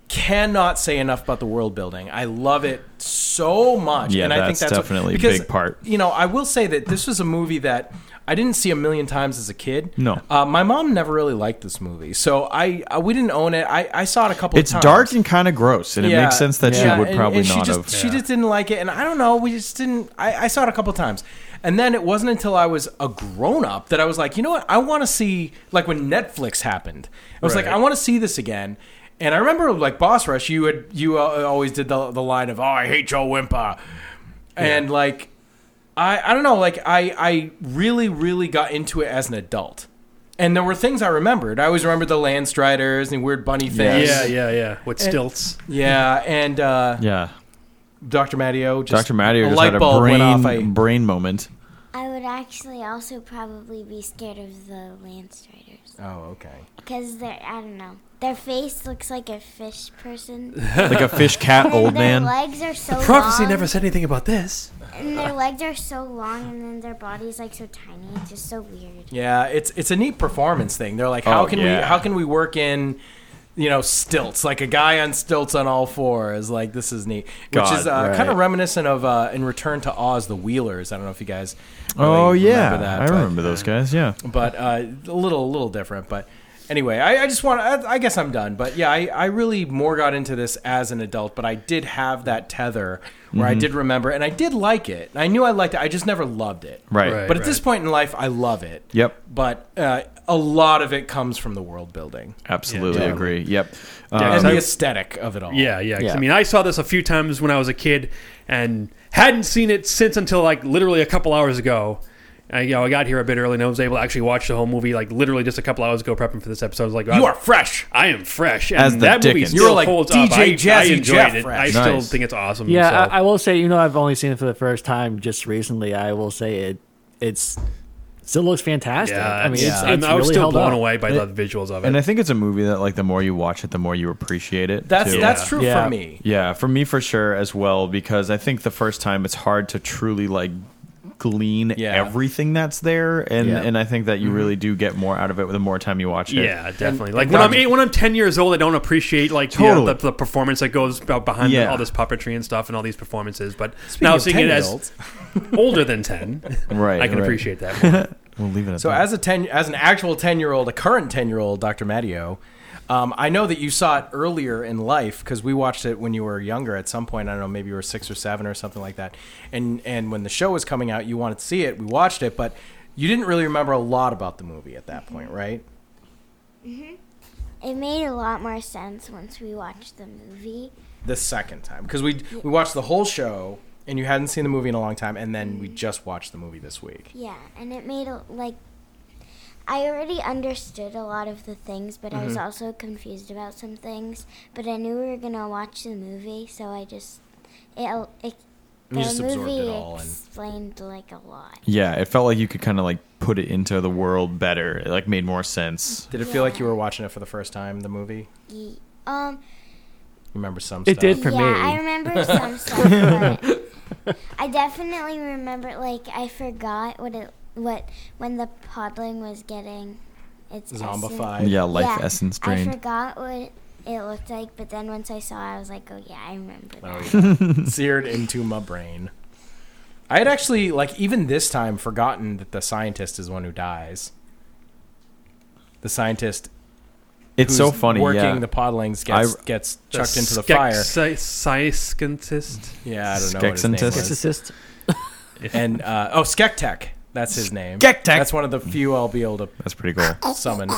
cannot say enough about the world building. I love it so much, Yeah, and I think that's that's what- definitely a because, big part. You know, I will say that this was a movie that I didn't see a million times as a kid. No. uh, my mom never really liked this movie, so I, I we didn't own it. I, I saw it a couple. it's of times. dark and kind of gross, and it makes sense that Yeah, she would and- probably and she not just, have. She just didn't like it, and I don't know. We just didn't. I, I saw it a couple times, and then it wasn't until I was a grown up that I was like, you know what? I want to see like when Netflix happened. I was like, I want to see this again. And I remember like Boss Rush, you had you uh, always did the, the line of "Oh, I hate Joe Wimpa," and like I, I don't know. Like I, I really, really got into it as an adult, and there were things I remembered. I always remembered the land striders and weird bunny things. yeah, yeah, yeah. With stilts. yeah, and uh, Yeah, Dr. Matteo just Doctor Matteo a just light had a bulb went off. I, brain brain moment. I would actually also probably be scared of the Lance Riders. oh, okay. Because they're, I don't know, their face looks like a fish person. [laughs] like a fish cat And old their man. legs are so Prophecy long, never said anything about this. And their legs are so long, and then their body's like so tiny. It's just so weird. Yeah, it's it's a neat performance thing. They're like, how Oh, can we yeah. how can we work in you know stilts like a guy on stilts on all fours like this is neat which is uh, God, right. kind of reminiscent of uh, in return to oz the wheelers i don't know if you guys really Oh yeah, remember that, I but- remember those guys. Yeah, but uh, a little a little different. But anyway, I, I just want. I, I guess I'm done. But yeah, I, I really more got into this as an adult. But I did have that tether where Mm-hmm. I did remember, and I did like it. I knew I liked it. I just never loved it. right. Right. But at this point in life, I love it. Yep. But uh, a lot of it comes from the world building Absolutely Yeah, agree. Yep. Yeah, Um, and the I- aesthetic of it all. Yeah, yeah. 'cause, Yeah. I mean, I saw this a few times when I was a kid and hadn't seen it since until like literally a couple hours ago. I, you know, I got here a bit early and I was able to actually watch the whole movie like literally just a couple hours ago prepping for this episode. I was like, [laughs] You I'm- are fresh. I am fresh. And As the that movie Dickens. still You're like holds up. DJ I, I Jazzy enjoyed Jeff it. fresh. I still Nice. think it's awesome. Yeah, so- I, I will say, you know, I've only seen it for the first time just recently. I will say it it's still looks fantastic. yeah, I mean, it's- it's, I'm- it's I was really still held up. blown away by the visuals of it. and I think it's a movie that like the more you watch it, the more you appreciate it. That's too. that's true Yeah. for me. Yeah, for me for sure as well because I think the first time it's hard to truly like glean Yeah. everything that's there and Yeah. and I think that you really do get more out of it the more time you watch it. Yeah, definitely. like when I'm Dr. eight, when I'm ten years old, I don't appreciate like the- Totally. the, the performance that goes b- behind the- Yeah. all this puppetry and stuff and all these performances. But Speaking now of seeing it as 10-year-olds. [laughs] older than ten, Right, I can right. appreciate that. More. We'll leave it at So that. as a ten, as an actual ten year old, a current ten year old, Dr. Matteo, um, I know that you saw it earlier in life because we watched it when you were younger. At some point, I don't know, maybe you were six or seven or something like that. And and when the show was coming out, you wanted to see it. We watched it, but you didn't really remember a lot about the movie at that Mm-hmm. point, right? It made a lot more sense once we watched the movie. The second time because we we watched the whole show and you hadn't seen the movie in a long time, and then Mm-hmm. we just watched the movie this week. Yeah, and it made a, like I already understood a lot of the things, but I was Mm-hmm. also confused about some things. But I knew we were gonna watch the movie, so I just it, it the You just absorbed movie it all and- explained like a lot. yeah, it felt like you could kind of like put it into the world better. It like made more sense. Did it feel like you were watching it for the first time? The movie. Ye- Um, You remember some? It stuff. did for yeah, me. [laughs] I remember [laughs] some stuff. But I definitely remember like I forgot what it what when the podling was getting It's Zombified. essence. Yeah, life essence I drained. forgot what it looked like, but then once I saw, it, I was like, oh yeah, I remember that. [laughs] seared into my brain. I had actually, like, even this time, forgotten that the scientist is one who dies. The scientist It's so who's funny. working [laughs] yeah. the podlings gets I- gets chucked into the skek- fire. sci- scientist. Yeah, I don't know what his name Skexentist? was. Assist. And uh, oh, Skektek, that's his name. Skektek! That's one of the few I'll be able to That's pretty cool. summon.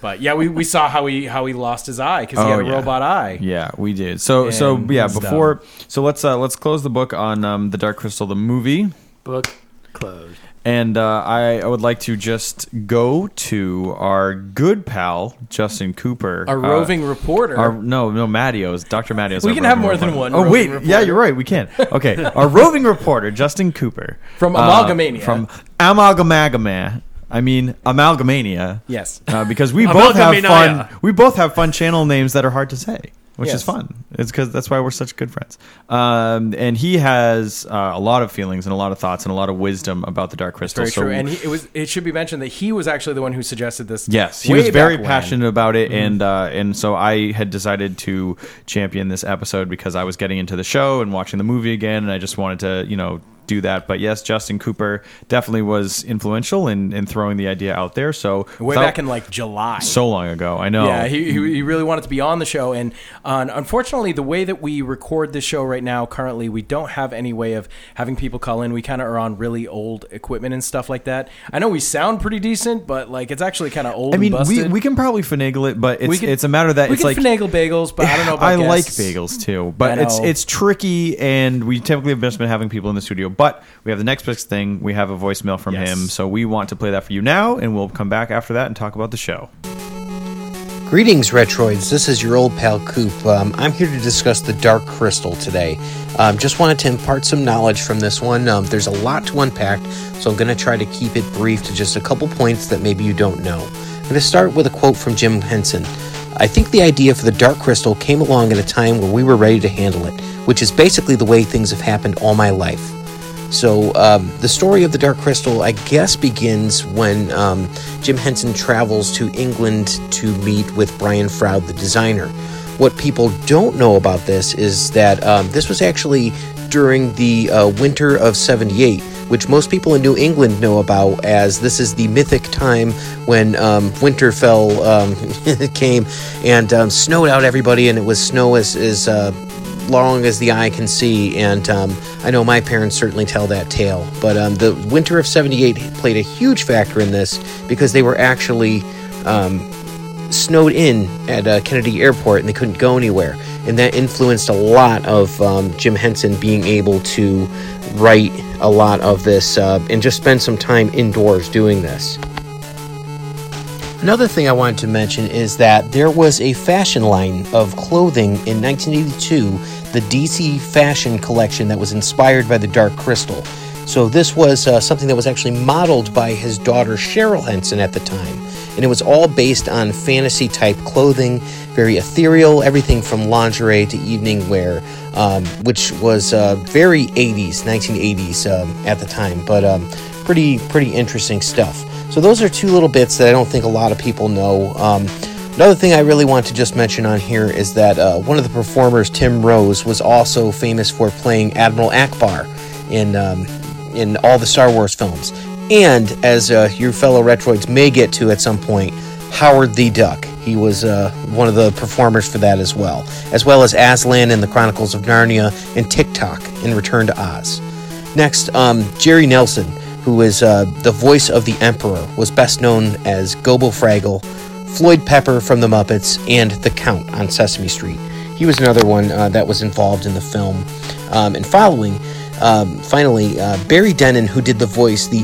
But yeah, we, we saw how he how he lost his eye because he Oh, had a yeah. robot eye. Yeah, we did. So so And yeah, he's before so let's uh let's close the book on um the Dark Crystal the movie. Book closed. And uh, I, I would like to just go to our good pal Justin Cooper, Our Uh, roving reporter. Our, no, no, Mattios, Doctor Mattios. We our can have roving more than one reporter. Oh roving wait, yeah, reporter. you're right. We can. [laughs] Okay, our roving reporter, Justin Cooper From uh, Amalgamania. from Amalgamagama. I mean Amalgamania. Yes. uh, [laughs] because we both have fun. Amalgamania. We both have fun channel names that are hard to say, which Yes. is fun. It's because that's why we're such good friends. Um, and he has uh, a lot of feelings and a lot of thoughts and a lot of wisdom about the Dark Crystal. Very so true. And he, it was it should be mentioned that he was actually the one who suggested this. Yes, he way was very back when. Mm-hmm. passionate about it, and uh, and so I had decided to champion this episode because I was getting into the show and watching the movie again, and I just wanted to you know do that. But yes, Justin Cooper definitely was influential in, in throwing the idea out there. So Way without- back in like July. so long ago, I know. Mm-hmm. Yeah, he, he, he really wanted to be on the show, and uh, unfortunately, the way that we record this show right now, currently, we don't have any way of having people call in. We kind of are on really old equipment and stuff like that. I know we sound pretty decent, but like it's actually kind of old. I mean, and we, busted. we can probably finagle it, but it's We can- it's a matter that we it's can like finagle bagels, but I don't know. About [laughs] [sighs] I like guests. bagels too, but I it's know. it's tricky, and we typically have just been having people in the studio. But we have the next best thing. We have a voicemail from Yes. him, so we want to play that for you now, and we'll come back after that and talk about the show. Greetings, Retroids. This is your old pal Coop. Um, I'm here to discuss the Dark Crystal today. Um, just wanted to impart some knowledge from this one. Um, there's a lot to unpack, so I'm going to try to keep it brief to just a couple points that maybe you don't know. I'm going to start with a quote from Jim Henson. I think the idea for the Dark Crystal came along at a time where we were ready to handle it, which is basically the way things have happened all my life. So um, the story of the Dark Crystal, I guess, begins when um, Jim Henson travels to England to meet with Brian Froud, the designer. What people don't know about this is that um, this was actually during the uh, winter of 78, which most people in New England know about as this is the mythic time when um, winter fell, um, [laughs] came, and um, snowed out everybody, and it was snow as, as uh, long as the eye can see. And um, I know my parents certainly tell that tale. But um, the winter of 78 played a huge factor in this because they were actually um, snowed in at uh, Kennedy Airport and they couldn't go anywhere. And that influenced a lot of um, Jim Henson being able to write a lot of this uh, and just spend some time indoors doing this. Another thing I wanted to mention is that there was a fashion line of clothing in 1982, the DC Fashion Collection, that was inspired by the Dark Crystal. So, this was uh, something that was actually modeled by his daughter Cheryl Henson at the time. And it was all based on fantasy type clothing, very ethereal, everything from lingerie to evening wear, um, which was uh, very 80s, 1980s um, at the time. But um, pretty pretty interesting stuff. So those are two little bits that I don't think a lot of people know. Um, another thing I really want to just mention on here is that uh, one of the performers, Tim Rose, was also famous for playing Admiral Akbar in um, in all the Star Wars films, and as uh, your fellow retroids may get to at some point, Howard the Duck. He was uh, one of the performers for that as well, as well as Aslan in the Chronicles of Narnia and TikTok in Return to Oz. Next, um, Jerry Nelson, who is uh, the voice of the Emperor, was best known as Gobo Fraggle, Floyd Pepper from The Muppets, and the Count on Sesame Street. He was another one uh, that was involved in the film. Um, and following, um, finally, uh, Barry Denon, who did the voice, the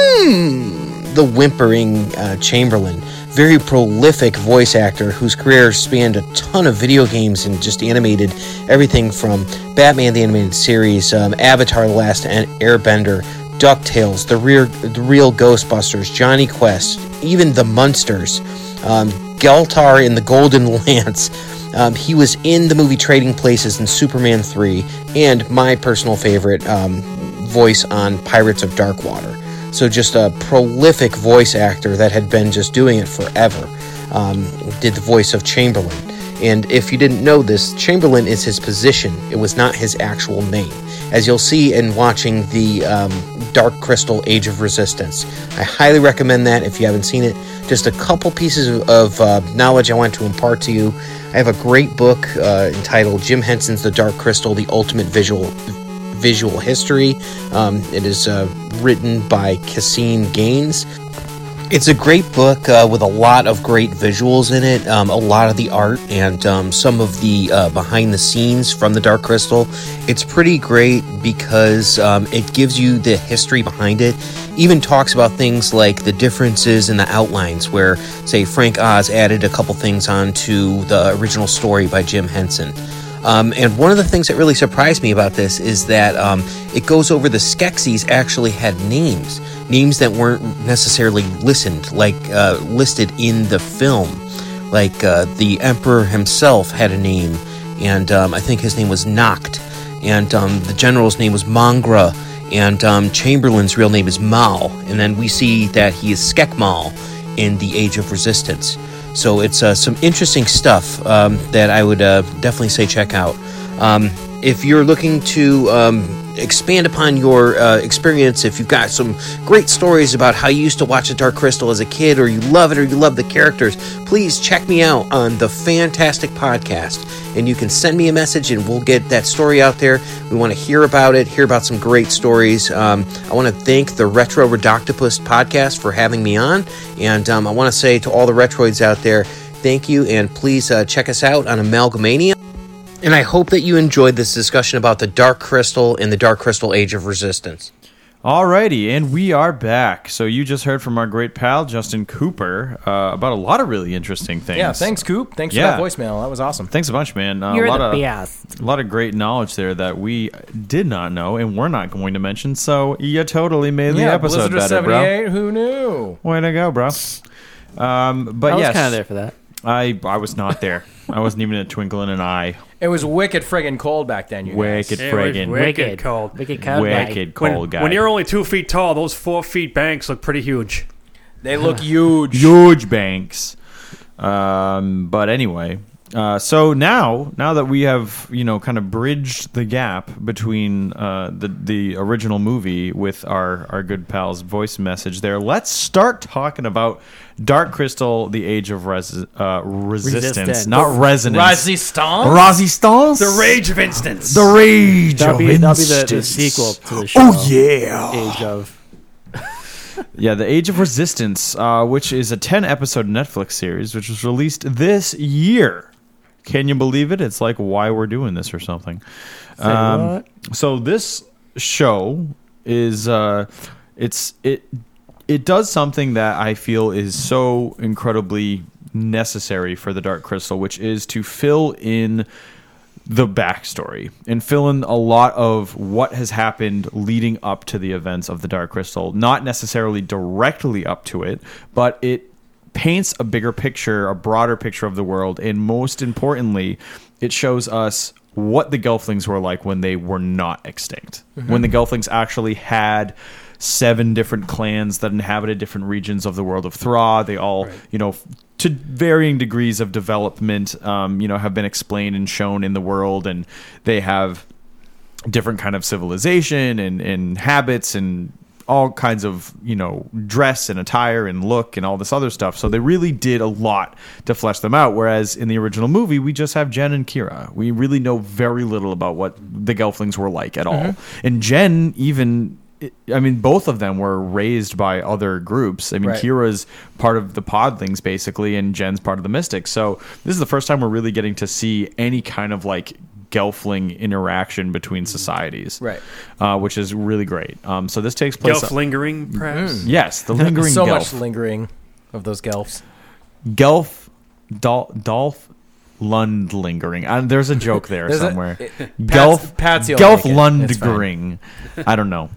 "Mm," the whimpering uh, Chamberlain, very prolific voice actor whose career spanned a ton of video games and just animated everything from Batman the animated series, um, Avatar: The Last An- Airbender, DuckTales, the real the real Ghostbusters, Johnny Quest, even the Munsters, um, Geltar in the Golden [laughs] Lance. Um, he was in the movie Trading Places and Superman 3, and my personal favorite um, voice on Pirates of Darkwater. So just a prolific voice actor that had been just doing it forever. Um, did the voice of Chamberlain. And if you didn't know this, Chamberlain is his position. It was not his actual name. As you'll see in watching the um, Dark Crystal Age of Resistance. I highly recommend that if you haven't seen it. Just a couple pieces of, of uh, knowledge I want to impart to you. I have a great book uh, entitled Jim Henson's The Dark Crystal The Ultimate Visual Visual History. Um, it is uh, written by Cassine Gaines. It's a great book uh, with a lot of great visuals in it, um, a lot of the art, and um, some of the uh, behind the scenes from the Dark Crystal. It's pretty great because um, it gives you the history behind it. Even talks about things like the differences in the outlines, where, say, Frank Oz added a couple things onto the original story by Jim Henson. Um, and one of the things that really surprised me about this is that um, it goes over the Skeksis actually had names, names that weren't necessarily listened, like uh, listed in the film. Like uh, the Emperor himself had a name, and um, I think his name was Noct, and um, the general's name was Mongra, and um, Chamberlain's real name is Mal, and then we see that he is Skekmal in the Age of Resistance. So it's uh, some interesting stuff um, that I would uh, definitely say check out. Um, if you're looking to um, expand upon your uh, experience, if you've got some great stories about how you used to watch The Dark Crystal as a kid, or you love it, or you love the characters, please check me out on the Fantastic Podcast. And you can send me a message and we'll get that story out there. We want to hear about it, hear about some great stories. Um, I want to thank the Retro Redoctopus podcast for having me on. And um, I want to say to all the Retroids out there, thank you. And please uh, check us out on Amalgamania. And I hope that you enjoyed this discussion about the Dark Crystal and the Dark Crystal Age of Resistance. Alrighty, and we are back. So you just heard from our great pal Justin Cooper uh, about a lot of really interesting things. Yeah, thanks, Coop. Thanks Yeah. for that voicemail. That was awesome. Thanks a bunch, man. Uh, You're a lot the of best. a lot of great knowledge there that we did not know and we're not going to mention. So you totally made the yeah, episode Blizzard of better, bro. 78, who knew? Way to go, bro. Um, I but was yes, kind of there for that. I I was not there. I wasn't even a twinkle in an eye. It was wicked friggin' cold back then, you guys. Wicked It was friggin' Wicked cold. Wicked cold. night. wicked When, cold guy. when you're only two feet tall, those four feet banks look pretty huge. They [laughs] look huge. huge banks. Um, but anyway, uh, so now now that we have you know kind of bridged the gap between uh, the the original movie with our our good pals voice message there, let's start talking about Dark Crystal: The Age of Res- uh, Resistance, Resistance. not resonance. Resistance? Resistance. The rage of instance. The rage. That'll of be, that'll be the, the Instance. sequel to the show. Oh yeah. Age of. Yeah, The Age of Resistance, uh, which is a 10 episode Netflix series, which was released this year. Can you believe it? It's like why we're doing this or something. Um, so this show is uh, it's it it does something that I feel is so incredibly necessary for the Dark Crystal, which is to fill in the backstory and fill in a lot of what has happened leading up to the events of the Dark Crystal, not necessarily directly up to it, but it paints a bigger picture, a broader picture of the world, and most importantly, it shows us what the Gelflings were like when they were not extinct, when the Gelflings actually had seven different clans that inhabited different regions of the world of Thra. They all, you know, to varying degrees of development, um, you know, have been explained and shown in the world, and they have different kind of civilization and, and habits and all kinds of you know dress and attire and look and all this other stuff so they really did a lot to flesh them out whereas in the original movie we just have jen and kira we really know very little about what the gelflings were like at all and jen even i mean both of them were raised by other groups i mean Right. kira's part of the podlings basically and jen's part of the mystics so this is the first time we're really getting to see any kind of like Gelfling interaction between societies, Mm-hmm. Right. Uh, which is really great. Um, so this takes place. Gelf lingering, perhaps. yes, the lingering Mm. [laughs] so Gelf. much lingering of those Gelfs. Gelf, Dol- Dolph Lund lingering. Uh, there's a joke [laughs] there There's a- somewhere. it- Pat's- Gelf, Patsy will Gelf make it. It's fine. Lundgring. I don't know.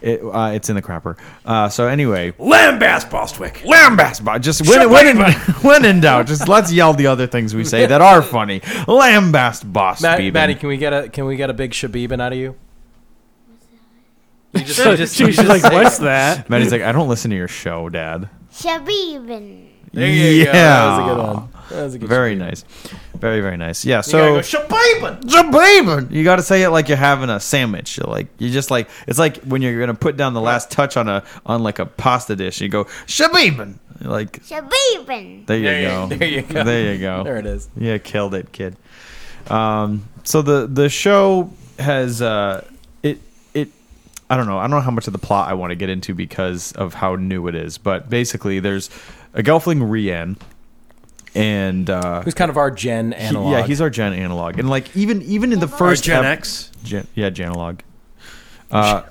It, uh, it's in the crapper. Uh, so anyway, Lambast Bostwick. lambast. bo- Just when, when, in, [laughs] when in doubt, just let's yell the other things we say that are funny. Lambast boss. Matt, [laughs] Beeben. Matty, can we get a can we get a big Shabibin out of you? You [laughs] just, So you just, you she's just like, say- what's [laughs] that? Maddie's like, I don't listen to your show, Dad. [laughs] Shabibin. There you go. yeah, That was a good one. That was a good very one. nice, very very nice. Yeah, You so. gotta go, "Shabibin!" Jababin! You got to say it like you're having a sandwich. You're like you just like it's like when you're gonna put down the last touch on a on like a pasta dish. You go shabibin. Like Shabibin. there There you you- [laughs] go. there you go. There you go. There it is. Yeah, killed it, kid. Um, so the the show has uh, it it I don't know I don't know how much of the plot I want to get into because of how new it is, but basically there's a Gelfling Rian and uh, Who's kind of our Gen he- analog? yeah he's our Gen analog and like even even in the Or first Gen ep- X. Gen, yeah, Janalog. Uh,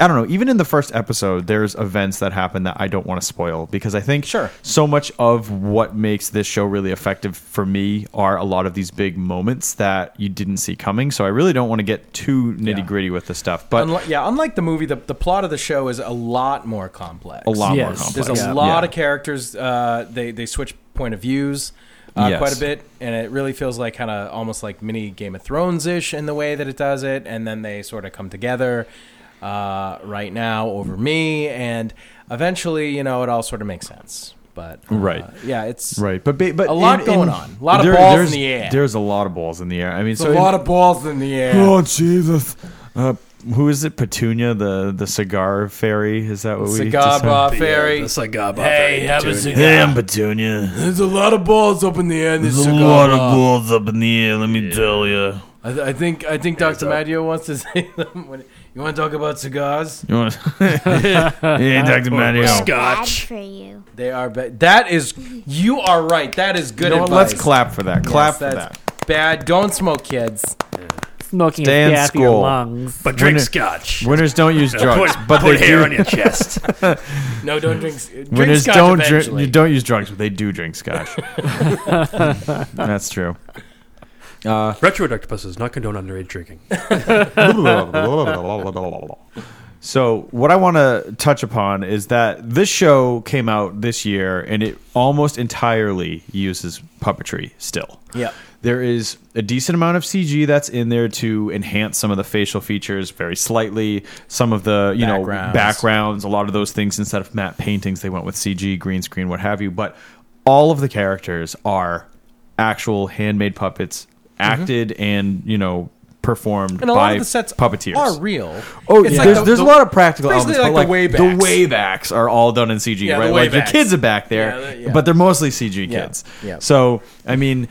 I don't know. Even in the first episode, there's events that happen that I don't want to spoil because I think Sure. so much of what makes this show really effective for me are a lot of these big moments that you didn't see coming. So I really don't want to get too nitty gritty with the stuff, but Unlike, yeah, unlike the movie, the, the plot of the show is a lot more complex. a lot more Yes. complex. There's a Yeah. lot Yeah. of characters. Uh, they they switch point of views uh, Yes. quite a bit, and it really feels like kind of almost like mini Game of Thrones ish in the way that it does it, and then they sort of come together uh, right now over me, and eventually, you know, it all sort of makes sense. But uh, Right. yeah, it's Right, but ba- but A lot in- going in- on. A lot of balls in there's- the air. There's a lot of balls in the air. I mean, It's so a in- lot of balls in the air. Oh Jesus! Uh, who is it? Petunia, the the cigar fairy. Is that what we Cigar bar decided? fairy. It's like, God, Hey, have a cigar. I'm Petunia. There's a lot of balls up in the air. in This There's a lot of balls up in the air, let me tell you. I, th- I think I think Dr. Maggio wants to [laughs] say them. When, you want to talk about cigars? You [laughs] want [laughs] [laughs] Hey, Dr. Mario. Scotch. Bad for you. They are bad. That is, you are right. That is good You know what? advice. Let's clap for that. Yes, Clap for that's that. Bad. Don't smoke, kids. Smoking Stay a in gap of your school. lungs. But drink Winner- Scotch. Winners don't use [laughs] drugs, Put, but put they hair do. on your [laughs] chest. No, don't drink. Drink Winners scotch don't drink. eventually. You don't use drugs, but they do [laughs] drink scotch. [laughs] That's true. Retro Dr. Puss does Uh, not condone underage [laughs] drinking. [laughs] So, what I want to touch upon is that this show came out this year and it almost entirely uses puppetry still. Yep. There is a decent amount of CG that's in there to enhance some of the facial features very slightly, some of the, you know, Backgrounds. backgrounds, a lot of those things instead of matte paintings they went with CG, green screen, what have you, but all of the characters are actual handmade puppets acted and, you know, performed Mm-hmm. And a by lot of the sets puppeteers. are real. Oh, It's yeah. like there's, the- there's the- a lot of practical basically elements, but like, like the the waybacks. waybacks are all done in CG, Yeah, the right? Like your waybacks. kids are back there, Yeah, the- yeah. but they're mostly CG Yeah, kids. yeah. So I mean,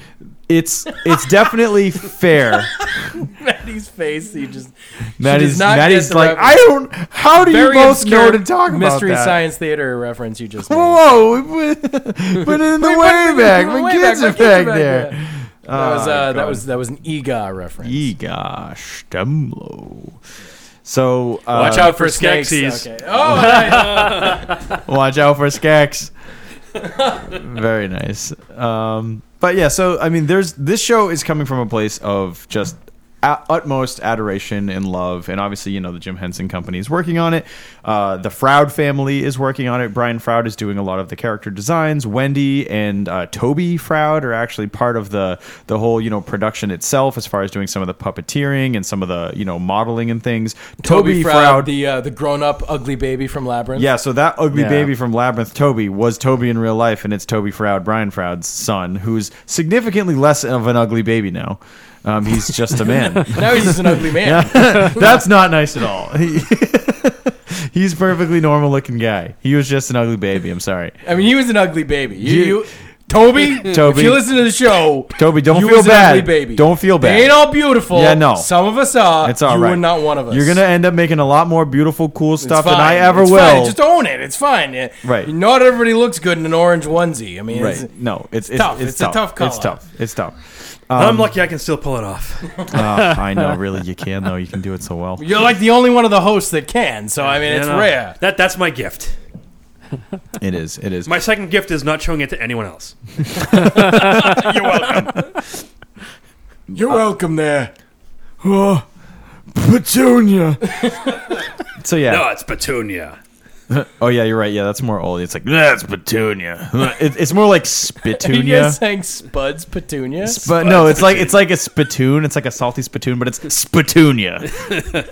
it's [laughs] it's definitely fair. [laughs] Maddie's face. He just. Maddie's not get Maddie's the like, reference. I don't. How do you Very both know obscure what to talk about Mystery that? Science Theater reference you [laughs] just made. Whoa, [laughs] we put, put it in the We put it in the wayback. My way back, kids are my kids back there. That was, uh, that God. was that was an EGA reference. Ega E Stemlo. So uh, Watch out for snakes. Okay. Oh, [laughs] [laughs] Watch out for skeks. Very nice. Um, but yeah, so I mean, there's this show is coming from a place of just a- utmost adoration and love, and obviously, you know, the Jim Henson Company is working on it. Uh, the Froud family is working on it. Brian Froud is doing a lot of the character designs. Wendy and uh, Toby Froud are actually part of the the whole you know production itself, as far as doing some of the puppeteering and some of the you know modeling and things. Toby Froud, the uh, the grown up ugly baby from Labyrinth. Yeah, so that ugly Yeah. baby from Labyrinth, Toby, was Toby in real life, and it's Toby Froud, Brian Froud's son, who's significantly less of an ugly baby now. Um, he's just a [laughs] man. Now he's just an ugly [laughs] man. That's not nice at all. He- [laughs] he's perfectly normal looking guy. He was just an ugly baby. I'm sorry, I mean, he was an ugly baby. You, You- you [laughs] Toby, Toby. If you listen to the show, Toby. Don't you feel was an bad. ugly baby. Don't feel bad. They ain't all beautiful. Yeah, no. Some of us are. it's all you right. were not one of us. You're gonna end up making a lot more beautiful, cool It's stuff than fine. I ever It's will. fine. Just own it. It's fine. Yeah. Right. Not everybody looks good in an orange onesie. I mean, right? it's, no, it's, it's, tough. It's a tough color. It's tough. It's tough. I'm lucky I can still pull it [laughs] off. Uh, I know, really, you can though. You can do it so well. you're like the only one of the hosts that can. So I mean, it's You know, rare. That That's my gift. It is. It is. My second gift is not showing it to anyone [laughs] else. You're welcome there. [laughs] oh, Petunia. so yeah, No, it's Petunia. [laughs] Oh yeah, you're right. Yeah, that's more old. It's like that's petunia. [laughs] It- it's more like [laughs] Are you guys spittunia. saying Spuds Petunia? But no, it's like it's like a spittoon. It's like a salty spittoon, but it's spittunia.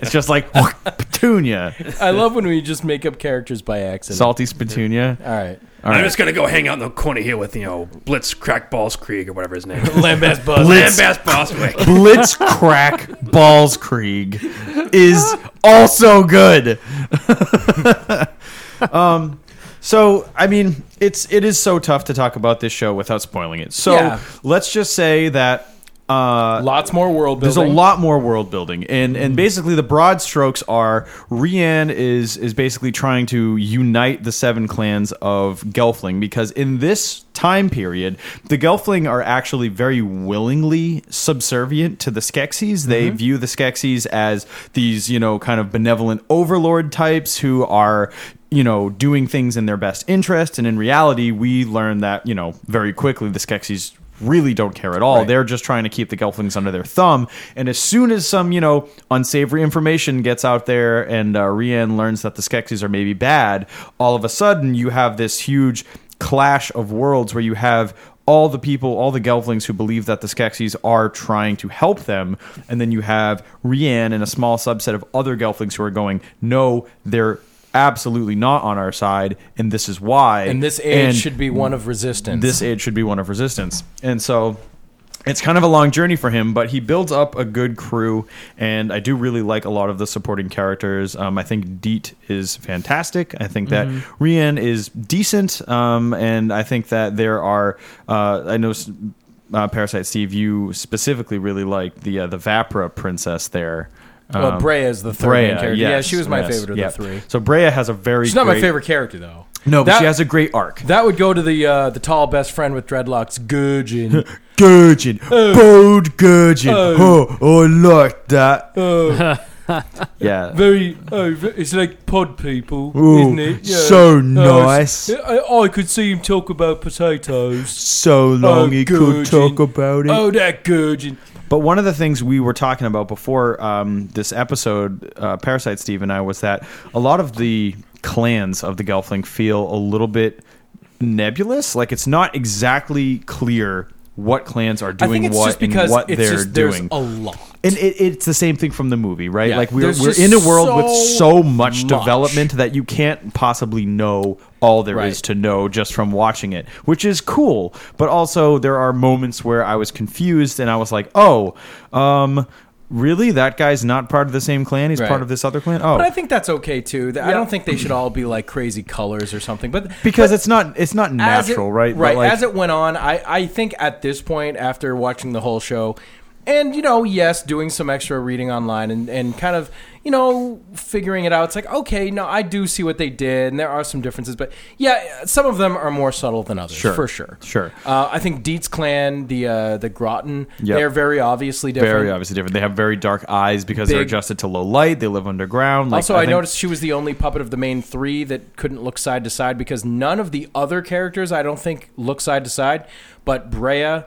it's just like petunia, [laughs] [laughs] I love when we just make up characters by accident. salty spittunia. All right. I'm just gonna go hang out in the corner here with you know Blitz Crack Balls Krieg or whatever his name. is. Lambast Buzz. Blitz Bass Boswick. Blitz [laughs] [laughs] Crack Balls Krieg is also good. um, so I mean, it's it is so tough to talk about this show without spoiling it. So Yeah. let's just say that uh, Lots more world building. Mm-hmm. there's a lot more world building, and and basically the broad strokes are Rianne is is basically trying to unite the seven clans of Gelfling because in this time period the Gelfling are actually very willingly subservient to the Skeksis. They Mm-hmm. view the Skeksis as these you know kind of benevolent overlord types who are you know, doing things in their best interest. And in reality, we learn that, you know, very quickly the Skeksis really don't care at all. They're just trying to keep the Gelflings under their thumb. And as soon as some, you know, unsavory information gets out there and uh, Rian learns that the Skeksis are maybe bad, all of a sudden you have this huge clash of worlds where you have all the people, all the Gelflings who believe that the Skeksis are trying to help them, and then you have Rianne and a small subset of other Gelflings who are going, no, they're absolutely not on our side, and this is why. and this age And should be one of resistance. This age should be one of resistance, and so. It's kind of a long journey for him, but he builds up a good crew, and I do really like a lot of the supporting characters. Um, I think Deet is fantastic. I think that Mm-hmm. Rian is decent, um, and I think that there are. Uh, I know s- uh, Parasite Steve, you specifically really liked the uh, the Vapra princess there. well, Brea is the third main Brea, character. yeah, yes, she was my yes, favorite of yeah. the three. So Brea has a very She's not my great- favorite character though. no, but That- she has a great arc. That would go to the uh, the tall best friend with dreadlocks, [laughs] Gurgin. Gurgeon, Uh. bold Gurgeon. Oh, I like that. oh, Yeah. very, oh, ve- it's like pod people, Ooh, isn't it? so Oh, it's- nice. I, I could see him talk about potatoes. [laughs] So long Oh, he could Gurgeon. talk about it. Oh, that Gurgin. But one of the things we were talking about before um, this episode, uh, Parasite Steve and I, was that a lot of the clans of the Gelfling feel a little bit nebulous. Like it's not exactly clear what clans are I doing think it's what just because and what it's they're just, there's doing. a lot. And it, it's the same thing from the movie, right? Yeah. like we're, There's we're just in a world with so so much, much. development that you can't possibly know all there is Right. to know just from watching it, which is cool. But also there are moments where I was confused and I was like, oh, um, really? That guy's not part of the same clan. He's Right. part of this other clan. Oh, But I think that's okay too. That- I don't think they should all be like crazy colors or something. But because it's not it's not as it- natural, right? But, Right. like- as it went on, I I think at this point, after watching the whole show, and you know, yes, doing some extra reading online and and kind of you know figuring it out. It's like okay, no, I do see what they did, and there are some differences, but yeah, some of them are more subtle than others, Sure. for sure. Sure. Uh, I think Dietz clan, the uh, the Groton, Yep. they're very obviously different. very obviously different. They have very dark eyes because they're Big- adjusted to low light. They live underground. Like, Also, I, think- noticed she was the only puppet of the main three that couldn't look side to side because none of the other characters, I don't think, look side to side, but Brea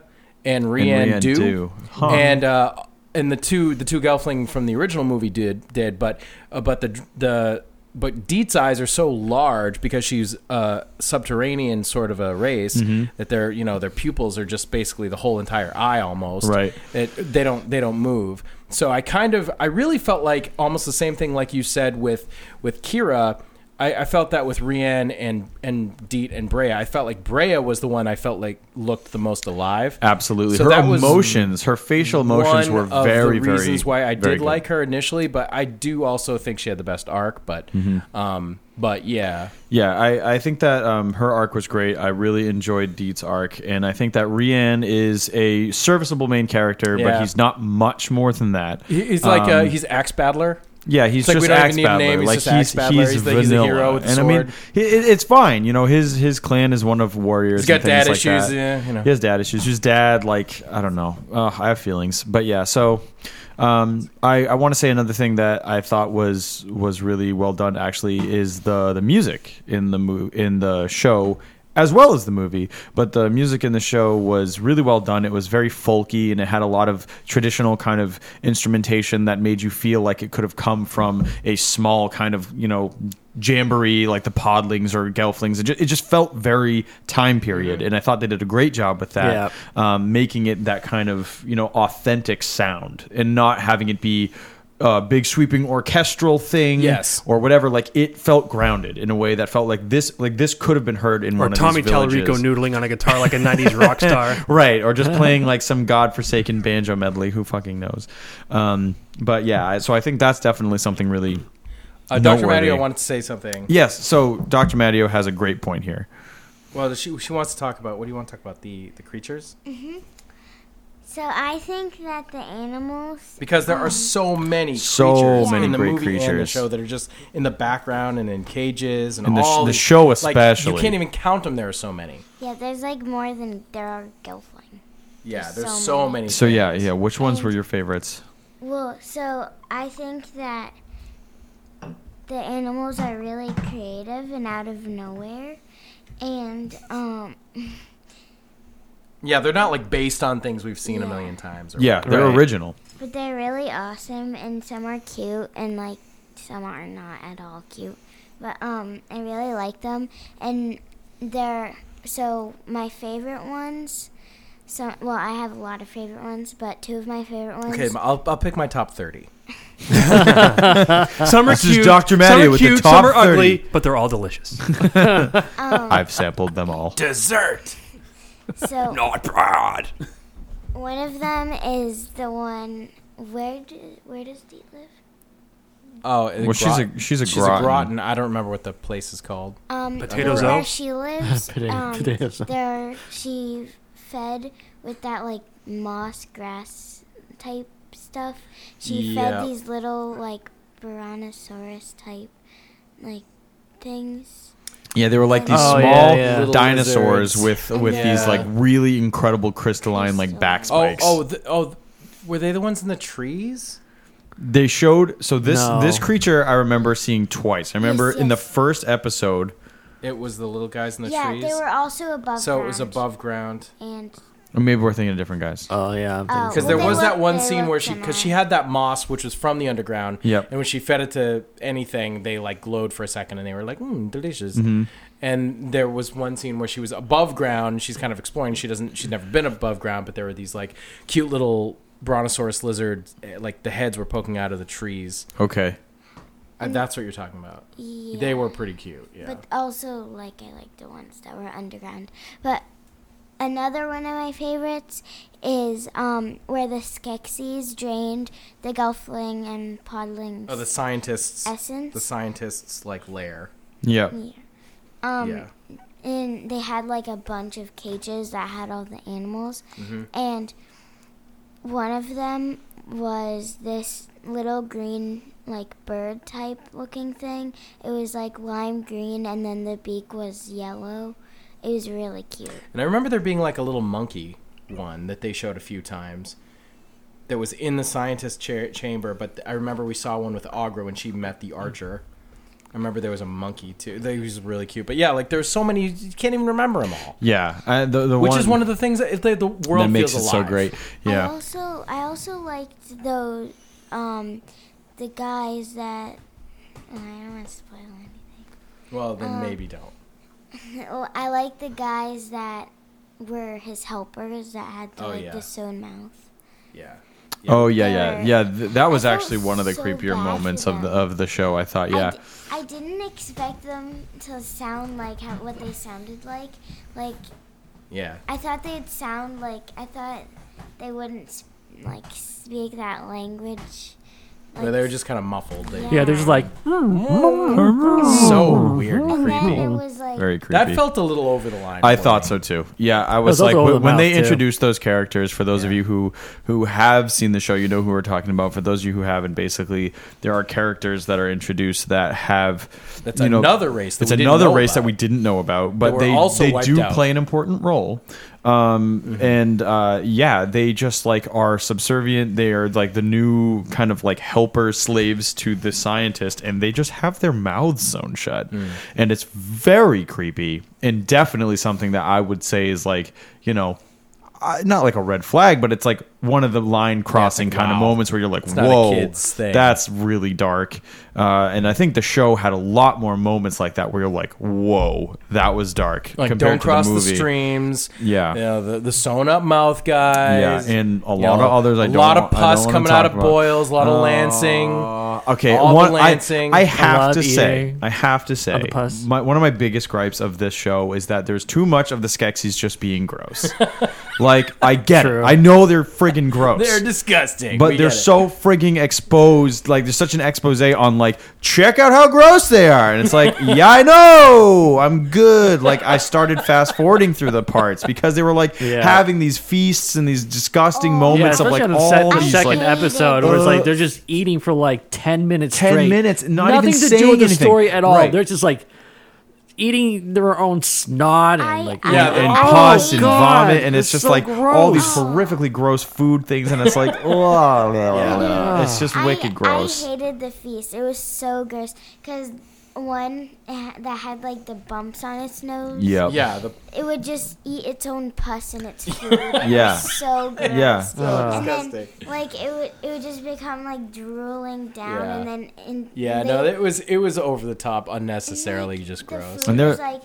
and Rianne Rianne do, do. Huh. and uh, and the two the two Gelfling from the original movie did did, but uh, but the the but Deet's eyes are so large because she's a subterranean sort of a race that their you know their pupils are just basically the whole entire eye almost Right. it, they don't they don't move so i kind of i really felt like almost the same thing like you said with with kira i, I felt that with rianne and and deet and brea i felt like brea was the one i felt like looked the most alive Absolutely. So her that was emotions, her facial emotions one were of very, the reasons why very. I very did good. like her initially, but I do also think she had the best arc. But, Mm-hmm. um, but yeah, Yeah, I, I think that um, her arc was great. I really enjoyed Deet's arc, and I think that Rian is a serviceable main character, but Yeah. he's not much more than that. He- he's like uh he's axe battler. Um, Yeah, he's It's like just we don't even axe need a battler. name, he's like just axe battler, he's he's the- he's a vanilla. hero with a and I mean, sword. he- it, it's fine. You know, his his clan is one of warriors. He's got and things dad like issues, that. yeah, you know. He has dad issues. His dad, like, I don't know. Uh, I have feelings, but yeah. So, um, I I want to say another thing that I thought was was really well done. Actually, is the the music in the mo- in the show. as well as the movie. But the music in the show was really well done. It was very folky and it had a lot of traditional kind of instrumentation that made you feel like it could have come from a small kind of, you know, jamboree like the podlings or gelflings it just, it just felt very time Mm-hmm. period and i thought they did a great job with that um, making it that kind of you know authentic sound and not having it be a big sweeping orchestral thing Yes. or whatever like it felt grounded in a way that felt like this like this could have been heard in Or one Tommy of these villages. Tallarico noodling on a guitar like a '90s rock [laughs] star. right or just playing like some godforsaken banjo medley who fucking knows um, but yeah I- so i think that's definitely something really Uh, Dr. noteworthy. Mario wanted to say something. yes so dr matteo has a great point here Well, she, she wants to talk about what do you want to talk about the the creatures Mm-hmm. So I think that the animals. because there are so many Um, So creatures many in the great movie and the creatures. show that are just in the background and in cages and In the sh- all the these- show like, especially. you can't even count them. There are so many. Yeah, there's like more than there are gelfling. Yeah, There's there's so so many. many. So yeah, yeah. Which ones were your favorites? Well, so I think that the animals are really creative and out of nowhere, and um, [laughs] Yeah, they're not like based on things we've seen a Yeah. million times. Or Yeah, they're Right. original. but they're really awesome, and some are cute, and like some are not at all cute. But um, I really like them, and they're so my favorite ones. So well, I have a lot of favorite ones, but two of my favorite ones. Okay, I'll, I'll pick my [laughs] top thirty. Some are is cute, Dr. some Matteo are with the cute, top some are 30. ugly, but they're all [laughs] delicious. I've sampled them all. Dessert, so not broad. One of them is the one. Where do, where does Dee live? Oh, Well, she's a- she's a she's groton. a groton. I don't remember what the place is called. Um, Potato the- Where [laughs] Zone? [laughs] she lives. Potato- um, potato zone. there she fed with that like moss grass type stuff. She Yeah. fed these little like Brontosaurus type like things. Yeah, they were like these Oh, yeah, small yeah. Little dinosaurs lizards. with with these Yeah. like really incredible crystalline like back Oh, spikes. oh, the, oh, were they the ones in the trees? they showed so this No. this creature I remember seeing twice. I remember in the yes. first episode. It was the little guys in the yeah, trees. they were also above. so it was ground. above ground. And or Maybe we're thinking of different guys. Oh yeah, I'm thinking Oh. Because Well, there they was that look- one they scene look where she, because she similar. had that moss which was from the underground. Yep. And when she fed it to anything, they like glowed for a second, and they were like, "Hmm, delicious." Mm-hmm. And there was one scene where she was above ground. and She's kind of exploring. She doesn't. She's never been above ground, but there were these like cute little brontosaurus lizards. eh, Like the heads were poking out of the trees. okay. And that's what you're talking about. yeah. They were pretty cute. Yeah. But also, like, I like the ones that were underground. But another one of my favorites is um, where the Skeksis drained the Gelfling and Podling's oh, the scientists. essence. The scientists like lair. Yeah. um, yeah. And they had, like, a bunch of cages that had all the animals. And one of them was this little green, like, bird type looking thing. It was, like, lime green, and then the beak was yellow. It was really cute. And I remember there being like a little monkey one that they showed a few times that was in the scientist cha- chamber, but I remember we saw one with Agra when she met the archer. I remember there was a monkey too. They was really cute. But yeah, like there's so many you can't even remember them all. Yeah. I, the, the Which one is one of the things that the, the world that makes it feels so alive. great. I Yeah. also I also liked those um the guys that I don't want to spoil anything. Well, then Uh, maybe don't. [laughs] Well, Oh, I like the guys that were his helpers that had the, Oh, like yeah. the sewn mouth. Yeah. Oh yeah, yeah, yeah. Th- that was I felt actually one of the so creepier bad for moments of them. the of the show. I thought. I Yeah. d- I didn't expect them to sound like how, what they sounded like. Like Yeah. I thought they'd sound like I thought they wouldn't s- like speak that language. But they were just kind of muffled. They, yeah, they're just like "Hmm, So weird. And then it was like Very creepy. That felt a little over the line. I for thought me. so too. Yeah, I was those like are all when, the when they mouths, too. introduced those characters. For those of you who who have seen the show, you know who we're talking about. For those of you who haven't, basically there are characters that are introduced that have That's you know, another race that It's we didn't another know race that about. we didn't know about, but were they also they wiped do out. Mm-hmm. play an important role. Um, And uh, yeah, they just like are subservient. They are like the new kind of like helper slaves to the scientist, and they just have their mouths sewn shut. Mm. And it's very creepy and definitely something that I would say is like, you know, I, not like a red flag, but it's like one of the line crossing kind of moments where you're like, not a whoa, kid's thing." that's really dark. Uh, and I think the show had a lot more moments like that where you're like, whoa, that was dark. Like compared don't to cross the, movie. streams. Yeah. you know, the the sewn up mouth guys. Yeah, and a You lot of others I a don't lot wa- of I don't pus wanna coming out talk of about. boils. A lot of lancing. Uh, okay, All the one, I- lancing, I, a lot have of to say, eating I have to say, the pus. my, one of my biggest gripes of this show is that there's too much of the Skeksis just [laughs] being gross. like, I get True. it. I know they're friggin' gross. They're disgusting. but We they're get it. so frigging exposed. Like there's such an expose on like check out how gross they are, and [laughs] it's like yeah, I know, I'm good. Like I started fast forwarding through the parts because they were like Yeah. Oh, having these feasts and these disgusting Yeah, moments of especially like on the, all se- the these second like. episode where it's like they're just eating for like 10 minutes 10 straight. minutes, not Nothing even to saying do with the anything. story at all. Right. They're just like eating their own snot and I- like I- Yeah, Oh, and pus and God, vomit, and it's it's just so like all these gross. horrifically gross food things, and it's like, [laughs] oh, blah, blah, blah, blah. it's just wicked I, gross. I hated the feast. It was so gross because one ha- that had like the bumps on its nose. Yep. yeah. The, It would just eat its own pus [laughs] in its food. It Yeah. was [laughs] so gross. Yeah. and then like it would it would just become like drooling down Yeah. and then and yeah. No, it was it was over the top, unnecessarily just gross. And And there- there's like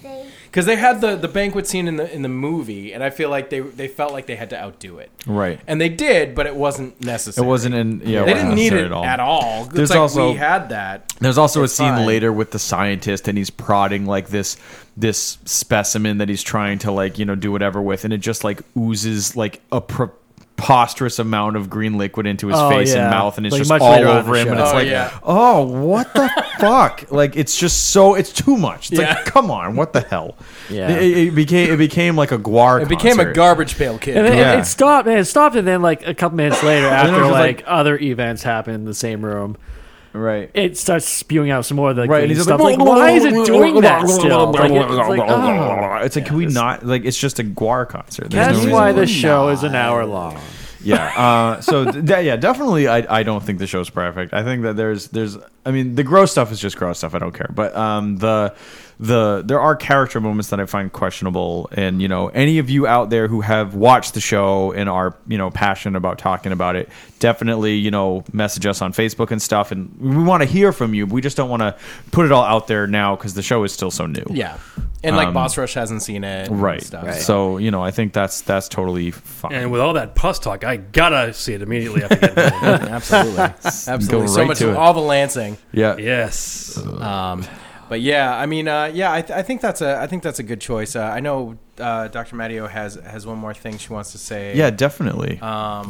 they Because they had the the banquet scene in the in the movie, and I feel like they they felt like they had to outdo it, Right. and they did, but it wasn't It necessary. wasn't in. Yeah, They didn't need necessary it at all. It's There's like also- we had that. There's also It's a scene fine. later with the scientist, and he's prodding like this this specimen that he's trying to like you know do whatever with, and it just like oozes like a preposterous amount of green liquid into his Oh, face yeah. and mouth, and it's Like, just much all later on in over the him, show. and it's Oh, like, yeah. oh, [laughs] what the fuck? Like it's just so it's too much. It's Yeah. like, come on, what the hell? Yeah. It, it became it became like a guar. It became a concert. garbage pail kid. And then Yeah. it, it stopped, and it stopped, and then like a couple minutes later, it after was like, just, like- other events happen in the same room, right. it starts spewing out some more like Right, and green he's stuff. like, Like, why is it doing [laughs] that still? Like, it- it's like, oh. It's like, can we not? Like, it's just a guar concert. There's no That's reason why for the it. show is an hour long. [laughs] Yeah. Uh, so th- that- yeah, definitely. I, I don't think the show's perfect. I think that there's there's I mean the gross stuff is just gross stuff. I don't care. But um the the there are character moments that I find questionable. And you know any of you out there who have watched the show and are you know passionate about talking about it, definitely you know message us on Facebook and stuff. And we want to hear from you. We just don't want to put it all out there now because the show is still so new. yeah, and Um, like Boss Rush hasn't seen [laughs] it, and Right. Stuff, So you know I think that's that's totally fine. And with all that pus talk, I gotta see it immediately after [laughs] getting home. [laughs] absolutely, absolutely. so right much to of it. all the lancing. yeah. Uh, yes. Um, but yeah, I mean, uh, yeah, I, th- I think that's a I think that's a good choice. Uh, I know uh, Dr. Matteo has has one more thing she wants to say. Um, Yeah, definitely.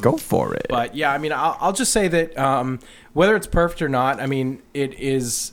Go for it. But yeah, I mean, I'll, I'll just say that um, whether it's perfect or not, I mean, it is.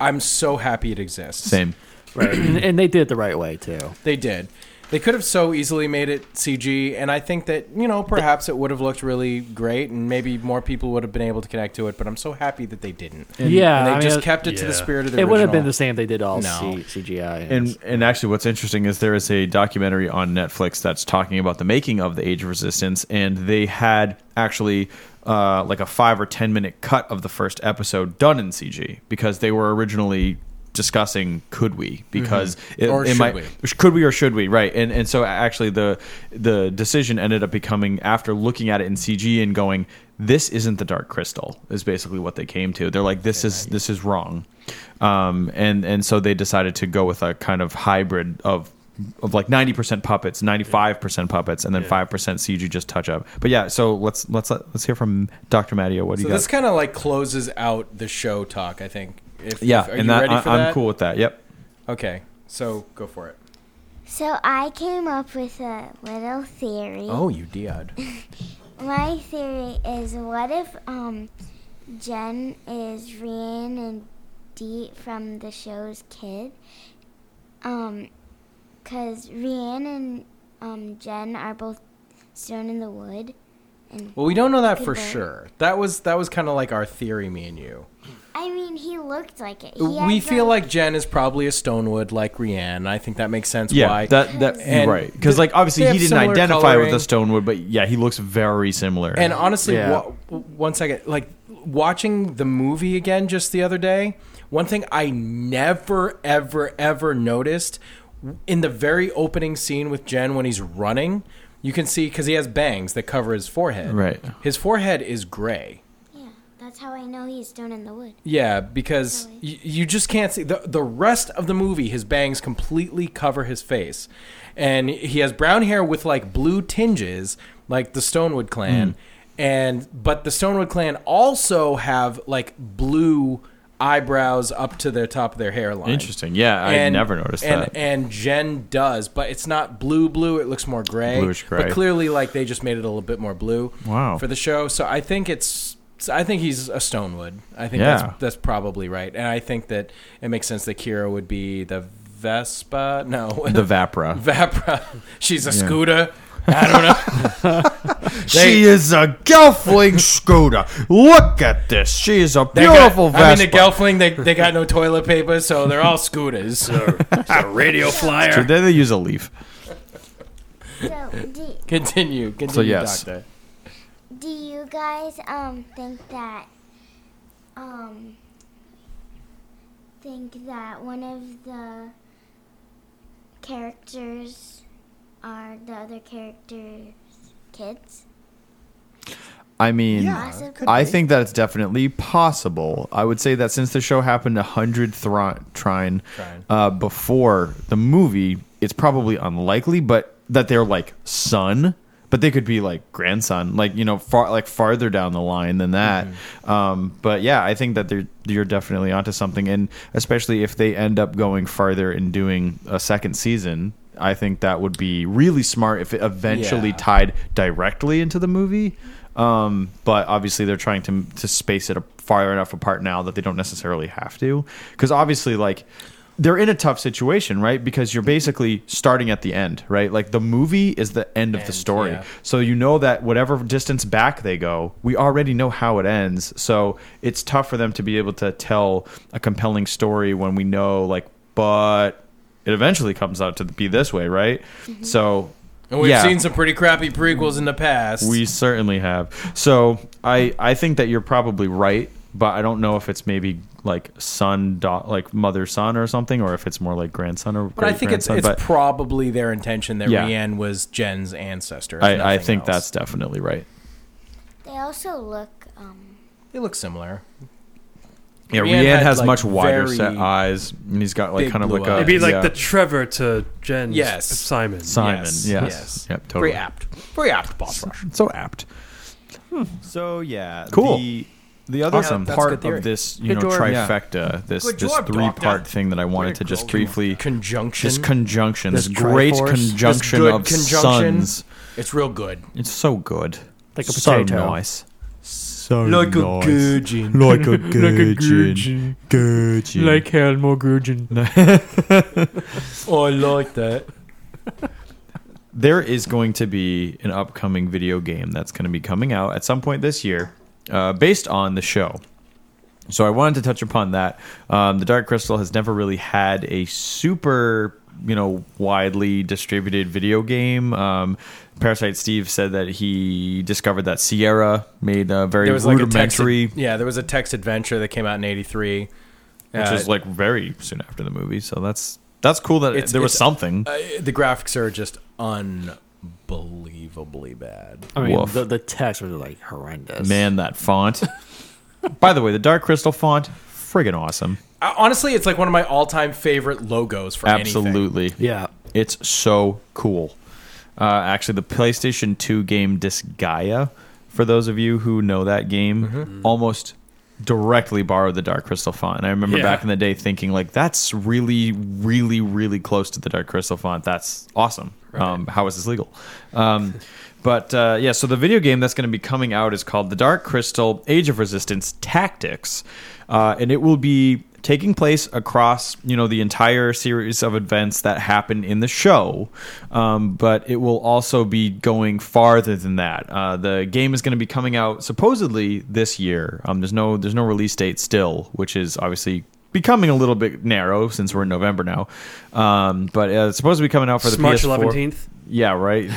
I'm so happy it exists. Same. and, [clears throat] and they did it the right way too. They did. They could have so easily made it CG, and I think that you know perhaps it would have looked really great, and maybe more people would have been able to connect to it. But I'm so happy that they didn't. yeah, and they I mean, just it- kept it to the yeah. spirit of the. It would have been original. the same if they did all No. C- CGI. And and actually, what's interesting is there is a documentary on Netflix that's talking about the making of the Age of Resistance, and they had actually uh, like a five or ten minute cut of the first episode done in CG because they were originally discussing could we because it, Or it should might we? could Mm-hmm. we or should we right and and so actually the the decision ended up becoming after looking at it in CG and going this isn't the dark crystal is basically what they came to they're like this is this is wrong um and and so they decided to go with a kind of hybrid of of like 90% puppets 95% puppets and then 5% CG just touch up but yeah so let's let's let's hear from Dr. Matteo what do So you got this kind of like closes out the show talk. I think. If, yeah if- are and you that, ready I, for I'm that? cool with that yep Okay, so go for it. so I came up with a little theory. Oh, you did. My theory is what if um Jen is Rian and Dee from the show's kid? Um 'cause cause Rian and um Jen are both stone in the wood. And Well, we don't know that for People. sure. That was that was kind of like our theory, me and you. I mean, he looked like it. He We had, feel like Jen is probably a Stonewood like Rianne. I think that makes sense. Yeah, why. that that And right because they- like obviously they he have didn't similar identify with coloring. the Stonewood, but yeah, he looks very similar. And honestly, Yeah. wa- one second, like watching the movie again just the other day, one thing I never, ever, ever noticed in the very opening scene with Jen when he's running, you can see because he has bangs that cover his forehead. Right. His forehead is gray. Yeah, that's how I know he's stone in the wood. Yeah, because Really? you, you just can't see the the rest of the movie. His bangs completely cover his face, and he has brown hair with like blue tinges, like the Stonewood Hmm. Clan. And but the Stonewood Clan also have like blue eyebrows up to the top of their hairline. Hmm. Interesting. Yeah, I never noticed and, that. And Jen does, but it's not blue blue. It looks more gray, Bluish gray. But clearly, like they just made it a little bit more blue. Wow. for the show. So I think it's. so I think he's a Stonewood. I think Yeah. that's that's probably right. And I think that it makes sense that Kira would be the Vespa. No, the [laughs] Vapra. Vapra. She's a Scooter. I don't know. [laughs] she is a [laughs] Gelfling Scooter. Look at this. She is a They got- beautiful I mean, Vespa. the Gelfling. They they got no toilet paper, so they're all [laughs] scooters. a radio flyer. Then they use a leaf. So, Uh, do, Continue. Continue. yes. Doctor. do you guys um think that um think that one of the characters are the other characters' kids? I mean, Possibly. I think that it's definitely possible. I would say that since the show happened a hundred thri- trine Trine. uh, before the movie, it's probably unlikely. But that they're like son, but they could be like grandson, like you know, far like farther down the line than that. Um, but yeah, I think that they're you're definitely onto something, and especially if they end up going farther and doing a second season. I think that would be really smart if it eventually Yeah. tied directly into the movie. Um, but obviously, they're trying to to space it far enough apart now that they don't necessarily have to, because obviously, like they're in a tough situation, right? Because you're basically starting at the end, right? Like the movie is the end of the End, story, yeah. so you know that whatever distance back they go, we already know how it ends. So it's tough for them to be able to tell a compelling story when we know, like, but it eventually comes out to be this way, right? Mm-hmm. So. And we've yeah. seen some pretty crappy prequels in the past. We certainly have. So I I think that you're probably right, but I don't know if it's maybe like son da- like mother son or something, or if it's more like grandson or. but I think it's it's but probably their intention that Yeah. Rianne was Jen's ancestor. if I, I nothing think else. that's definitely right. They also look um they look similar. Yeah, Rian Rian had, has like, much wider very set eyes, and he's got like big kind of blue like a eyes. It'd be like yeah. the Trevor to Jen. Yes. Simon. Simon. Yes, Yes. yes. Yep. Totally. Very apt. Very apt, boss. So apt. Hmm. So yeah. Cool. The, the other Awesome. That's good part theory. of this, you Good know, job. trifecta, this Good this job, three part Doctor. thing that I wanted Good to just job. briefly Conjunction. this conjunction, this, This great triforce. conjunction This good of conjunction. suns. It's real good. It's so good. Like a so potato. nice. So Like a nice. gudgeon. Like [laughs] a gudgeon. Gudgeon. Helmore Grugin. [laughs] Oh, I like that. there is going to be an upcoming video game that's going to be coming out at some point this year, uh, based on the show. So I wanted to touch upon that. Um, the Dark Crystal has never really had a super, you know, widely distributed video game. Um, Parasite Steve said that he discovered that Sierra made a very There was like a text. rudimentary, Yeah, there was a text adventure that came out in Uh, '83. which is like very soon after the movie. So that's that's cool that It's- there was it's- something. uh, the graphics are just unbelievably bad. I mean, Woof. the, the text was like horrendous. Man, that font. [laughs] By the way, the Dark Crystal font, friggin' awesome. I, honestly, it's like one of my all-time favorite logos for anything. Absolutely. Yeah. It's so cool. Uh, actually, the PlayStation 2 game Disgaea, for those of you who know that game, Mm-hmm. almost directly borrowed the Dark Crystal font. And I remember Yeah. back in the day thinking, like, that's really, really, really close to the Dark Crystal font. That's awesome. Um, how is this legal? Um, but uh, yeah, so the video game that's going to be coming out is called The Dark Crystal Age of Resistance Tactics. Uh, and it will be taking place across you know the entire series of events that happen in the show, um, but it will also be going farther than that. Uh, the game is going to be coming out supposedly this year. Um, there's no there's no release date still, which is obviously becoming a little bit narrow since we're in November now. Um, but uh, it's supposed to be coming out for the March PS4. 11th. Yeah, right.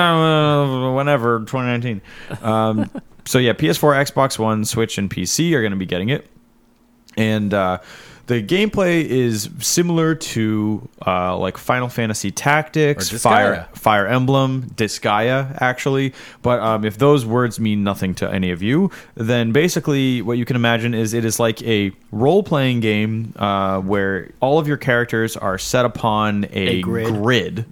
Whenever 2019. Um, so yeah, PS4, Xbox One, Switch, and PC are going to be getting it, and uh, the gameplay is similar to uh, like Final Fantasy Tactics, Or Disgaea. Fire Fire Emblem, Disgaea, actually. But um, if those words mean nothing to any of you, then basically what you can imagine is it is like a role playing game uh, where all of your characters are set upon a, A grid. grid,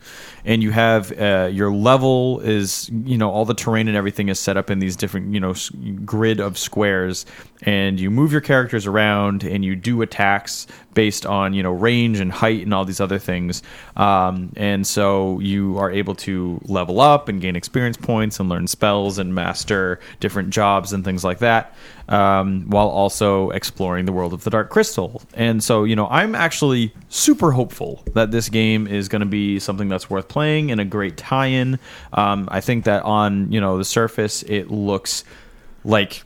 and you have uh, your level is you know all the terrain and everything is set up in these different you know s- grid of squares and you move your characters around and you do attacks based on you know range and height and all these other things um, and so you are able to level up and gain experience points and learn spells and master different jobs and things like that um, while also exploring the world of the Dark Crystal. And so, you know, I'm actually super hopeful that this game is going to be something that's worth playing and a great tie in. Um, I think that on, you know, the surface, it looks like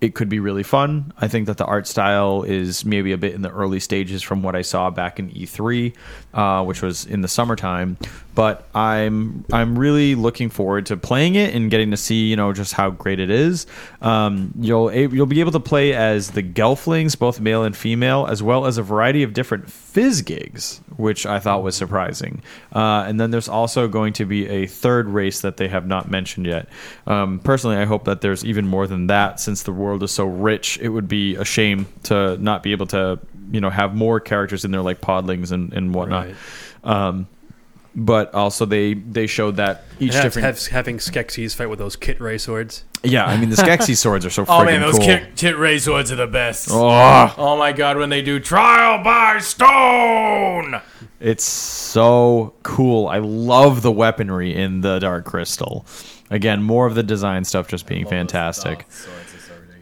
it could be really fun. I think that the art style is maybe a bit in the early stages from what I saw back in E3, uh, which was in the summertime. But I'm I'm really looking forward to playing it and getting to see you know just how great it is. Um, you'll a- you'll be able to play as the Gelflings, both male and female, as well as a variety of different fizz gigs, which I thought was surprising. Uh, and then there's also going to be a third race that they have not mentioned yet. Um, personally, I hope that there's even more than that since the world is so rich. It would be a shame to not be able to, you know, have more characters in there like podlings and, and whatnot. Right. Um, but also they they showed that each Have, different have, having Skeksis fight with those Kit Ray swords. yeah I [laughs] mean the Skeksis swords are so Oh friggin' man, those cool. kit, tit ray swords are the best. Oh. Oh, my god, when they do trial by stone. It's so cool. I love the weaponry in the Dark Crystal. Again, more of the design stuff just being fantastic.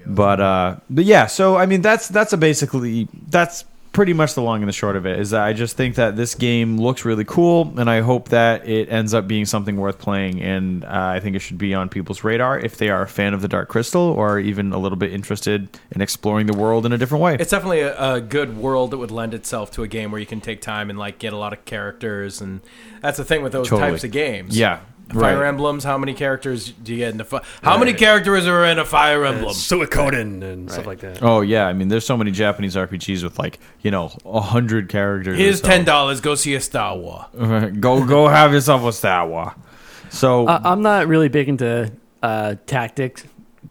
But uh but yeah, so I mean that's that's a basically that's pretty much the long and the short of it is that I just think that this game looks really cool and I hope that it ends up being something worth playing and uh, I think it should be on people's radar if they are a fan of the Dark Crystal or even a little bit interested in exploring the world in a different way. It's definitely a, a good world that would lend itself to a game where you can take time and like get a lot of characters, and that's the thing with those Totally. types of games. Yeah, Fire right. emblems. How many characters do you get in the? Fi- how many characters are in a fire emblem? Suikoden and stuff like that. Oh yeah, I mean, there's so many Japanese RPGs with like you know a hundred characters. or Here's so. ten dollars. Go see a Star Wars. [laughs] go go have yourself a Star Wars. Oh. So I- I'm not really big into uh, tactics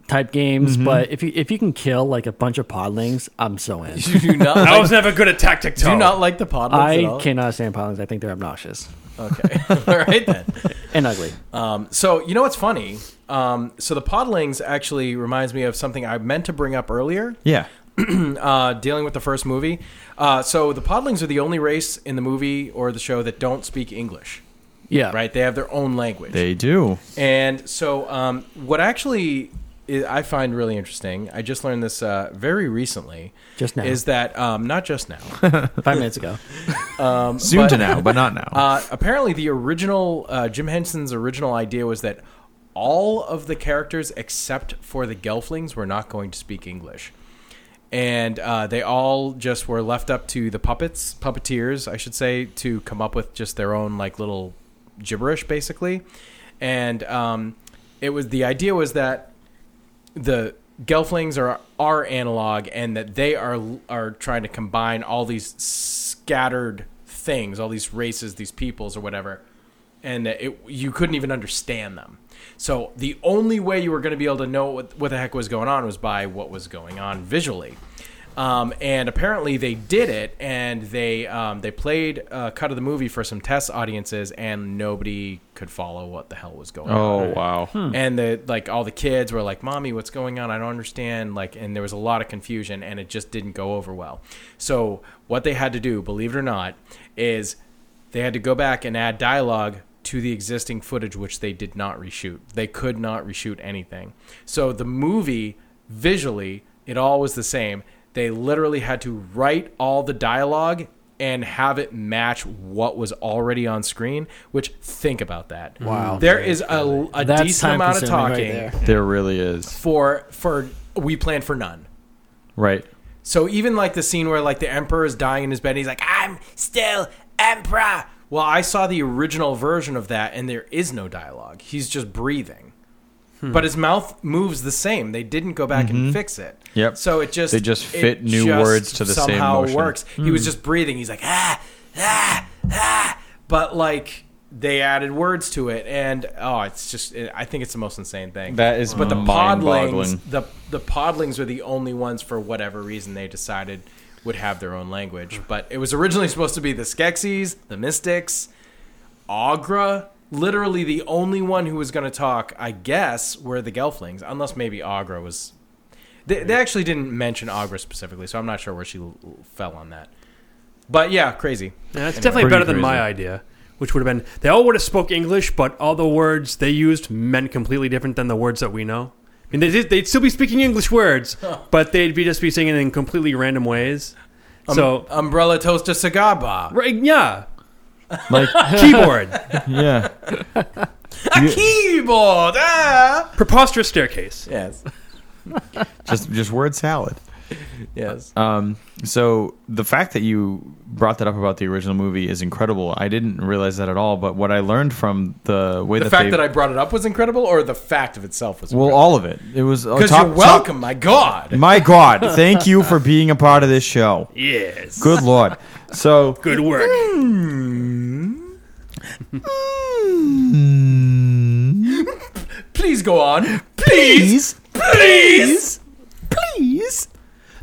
type games, Mm-hmm. but if you if you can kill like a bunch of podlings, I'm so in. Do [laughs] you not? I was Like, never good at tactic do you not like the podlets at I all? cannot stand podlings. I think they're obnoxious Okay, [laughs] all right then. [laughs] and ugly. Um, so you know what's funny? Um, so the podlings actually reminds me of something I meant to bring up earlier. [clears throat] yeah, uh, dealing with the first movie. Uh, so the Podlings are the only race in the movie or the show that don't speak English. Yeah. Right? They have their own language. they do. [laughs] and so, um, what actually i I find really interesting, I just learned this uh, very recently. Just now. is that um, not just now? [laughs] Five minutes ago. Soon to now, but not now. Um, [laughs] uh, apparently, the original uh, Jim Henson's original idea was that all of the characters except for the Gelflings were not going to speak English. and uh, they all just were left up to the puppets, puppeteers, I should say, to come up with just their own like little gibberish, basically. And um, it was the idea was that the Gelflings are are analog, and that they are are trying to combine all these scattered things, all these races, these peoples, or whatever, and that it, you couldn't even understand them. So the only way you were going to be able to know what, what the heck was going on was by what was going on visually. Um, and apparently they did it, and they um, they played a cut of the movie for some test audiences, and nobody could follow what the hell was going on oh wow, and the like all the kids were like mommy what's going on i don't understand like and there was a lot of confusion and it just didn't go over well so what they had to do believe it or not is they had to go back and add dialogue to the existing footage which they did not reshoot they could not reshoot anything so the movie visually it all was the same They literally had to write all the dialogue and have it match what was already on screen. Which think about that. Wow, there is a, a That's decent amount of time-consuming right talking there. There really is. for for we plan for none. Right. So even like the scene where like the emperor is dying in his bed, and he's like, "I'm still emperor." Well, I saw the original version of that, and there is no dialogue. He's just breathing, Hmm. but his mouth moves the same. They didn't go back and fix it. Mm-hmm. Yep. So it just They just it fit new words to the same somehow motion. Hmm. works. He was just breathing. He's like ah ah ah, but like they added words to it, and oh, it's just it, I think it's the most insane thing. That is but the mind-boggling. podlings the the podlings were the only ones for whatever reason they decided would have their own language. Hmm. But it was originally supposed to be the Skeksis, the Mystics, Agra. Literally, the only one who was going to talk, I guess, were the Gelflings, unless maybe Agra was. They, they actually didn't mention Agra specifically, so I'm not sure where she l- l- fell on that. But yeah, crazy. Yeah, it's definitely better than my idea, which would have been they all would have spoke English, but all the words they used meant completely different than the words that we know. I mean, they did, they'd still be speaking English [laughs] words, but they'd be just be singing in completely random ways. so, Um, Umbrella toaster sagaba. right, yeah, Like, [laughs] keyboard, [laughs] yeah. [laughs] A keyboard. Ah! preposterous staircase. Yes. Just just word salad. Yes. Um, so the fact that you brought that up about the original movie is incredible. I didn't realize that at all, but what I learned from the way the that fact they, that I brought it up was incredible, or the fact of itself was well, all of it. It was uh, because top- you're welcome. my God, top- my God, thank you for being a part of this show. Yes, Good Lord. So good work. please go on, please. please, please,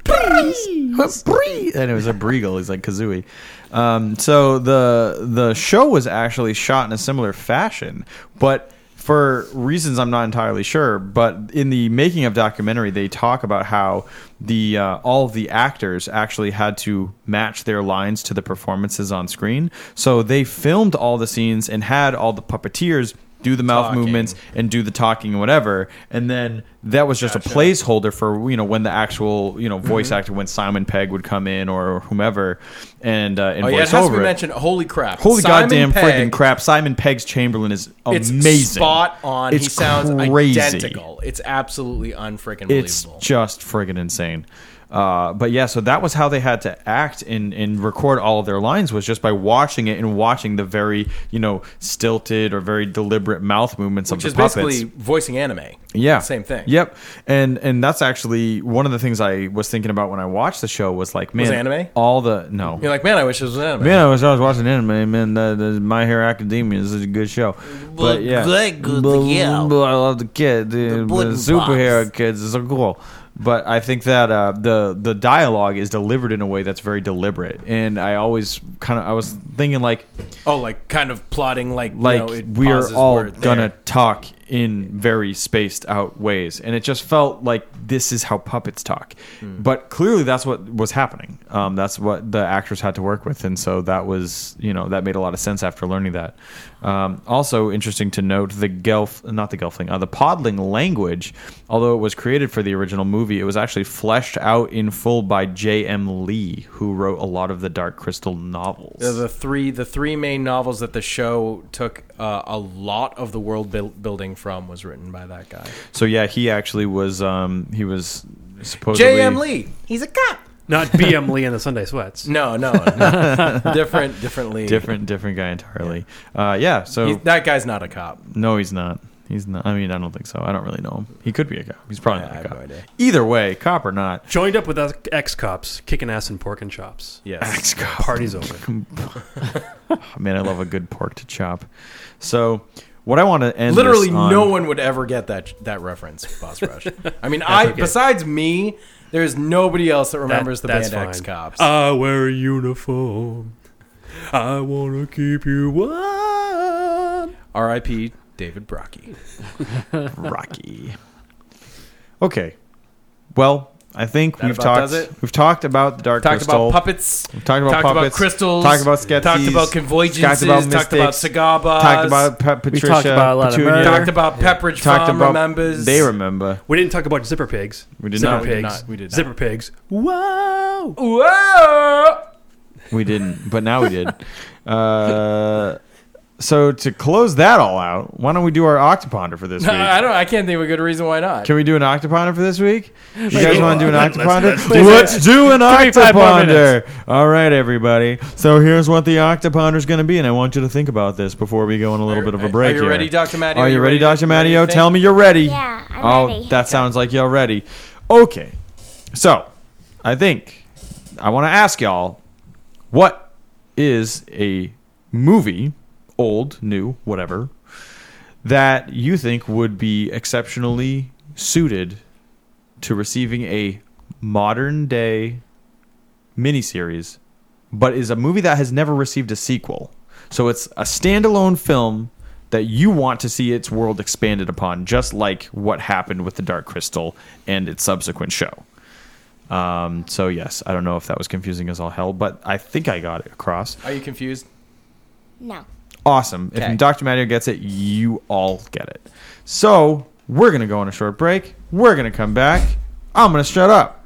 please, please. And it was a breagle. He's like Kazooie. Um, so the the show was actually shot in a similar fashion, but for reasons I'm not entirely sure. But in the making of documentary, they talk about how the uh, all of the actors actually had to match their lines to the performances on screen. So they filmed all the scenes and had all the puppeteers do the mouth Talking. movements and do the talking and whatever and then that was just a placeholder for you know when the actual you know voice Mm-hmm. actor when simon pegg would come in or whomever and uh and Oh yeah, it has voice to over be it. mentioned. Holy crap! holy Simon goddamn Pegg, friggin' crap simon pegg's chamberlain is It's amazing spot on. he It's sounds crazy. identical. It's absolutely unfreaking it's believable. just friggin' insane uh, but yeah, so that was how they had to act and, and record all of their lines was just by watching it and watching the very you know stilted or very deliberate mouth movements Which of is the puppets. basically voicing anime. Yeah. same thing. Yep. And and that's actually one of the things I was thinking about when I watched the show was like, man, anime? all the no. You're like, man, I wish this was anime. Man, I was, I was watching anime. Man, the, the My Hero Academia is a good show. But yeah, good, good, Blah, yeah. blah, I love the kid. The, the wooden superhero kids is so cool. But I think that uh, the the dialogue is delivered in a way that's very deliberate, and I always kind of I was thinking like Oh, like kind of plotting, like like you know, it we're pauses all word there. gonna talk in very spaced out ways and it just felt like this is how puppets talk Hmm. but clearly that's what was happening um, that's what the actors had to work with and so that was you know that made a lot of sense after learning that um, also interesting to note the gelf not the gelfling uh, the podling language although it was created for the original movie it was actually fleshed out in full by j.m lee who wrote a lot of the dark crystal novels They're the three the three main novels that the show took uh, a lot of the world buil- building from was written by that guy. So yeah, he actually was um he was supposedly J.M. Lee. He's a cop. Not B.M. Lee and the Sunday Sweats. No, no, [laughs] no. different, different Lee. different different guy entirely. Yeah. Uh yeah, so He- that guy's not a cop. no he's not. He's not I mean I don't think so. I don't really know him. He could be a cop. He's probably Yeah, not I a have cop. no idea. Either way, cop or not. Joined up with ex cops, kicking ass and pork and chops. Yes. cop. Party's [laughs] over. Man, I love a good pork to chop. So what I want to end this Literally, on- no one would ever get that that reference, Boss [laughs] Rush. I mean, I besides me, there's nobody else that remembers That- the that's band X fine. Uh, Cops. I wear a uniform. I wanna keep you warm. R.I.P. [laughs] David [laughs] Brocky. Rocky. Okay. Well, I think we've about talked. does it. We've talked about the Dark Talked Crystal. about puppets. We've talked about talked about puppets, crystals, Talked about skeksis. talked about convoyances, Talked about talked about mystics, Sagabas, Talked about Pa- We Patricia. talked about a lot of Petunia, murder. Talked about Pepperidge talked Farm about- remembers. They remember. We didn't talk about zipper pigs. We did zipper not. We Pigs. did not. We did not. Zipper pigs. Wow. Whoa! We didn't, but now we did. [laughs] Uh, so to close that all out, why don't we do our Octoponder [laughs] for this week? I don't. I can't think of a good reason why not. Can we do an Octoponder for this week? You guys want to do an Let's- let's- Octoponder? Let's, do an me five more minutes. Octoponder. All right, everybody. So here's what the Octoponder is going to be, and I want you to think about this before we go on a little bit of a break. Are you here. ready, Dr. Matteo? Are you, ready, Dr. Matteo? Anything? Tell me you're ready. Yeah, I'm oh, ready. that sounds like you're ready. Okay. So I think I want to ask y'all what is a movie, old, new, whatever, that you think would be exceptionally suited to receiving a modern day miniseries, but is a movie that has never received a sequel. So it's a standalone film that you want to see its world expanded upon, just like what happened with The Dark Crystal and its subsequent show. Um, so yes, I don't know if that was confusing as all hell, but I think I got it across. Are you confused? No. Awesome. Okay. If Dr. Matteo gets it, you all get it. So we're going to go on a short break. We're going to come back. I'm going to shut up.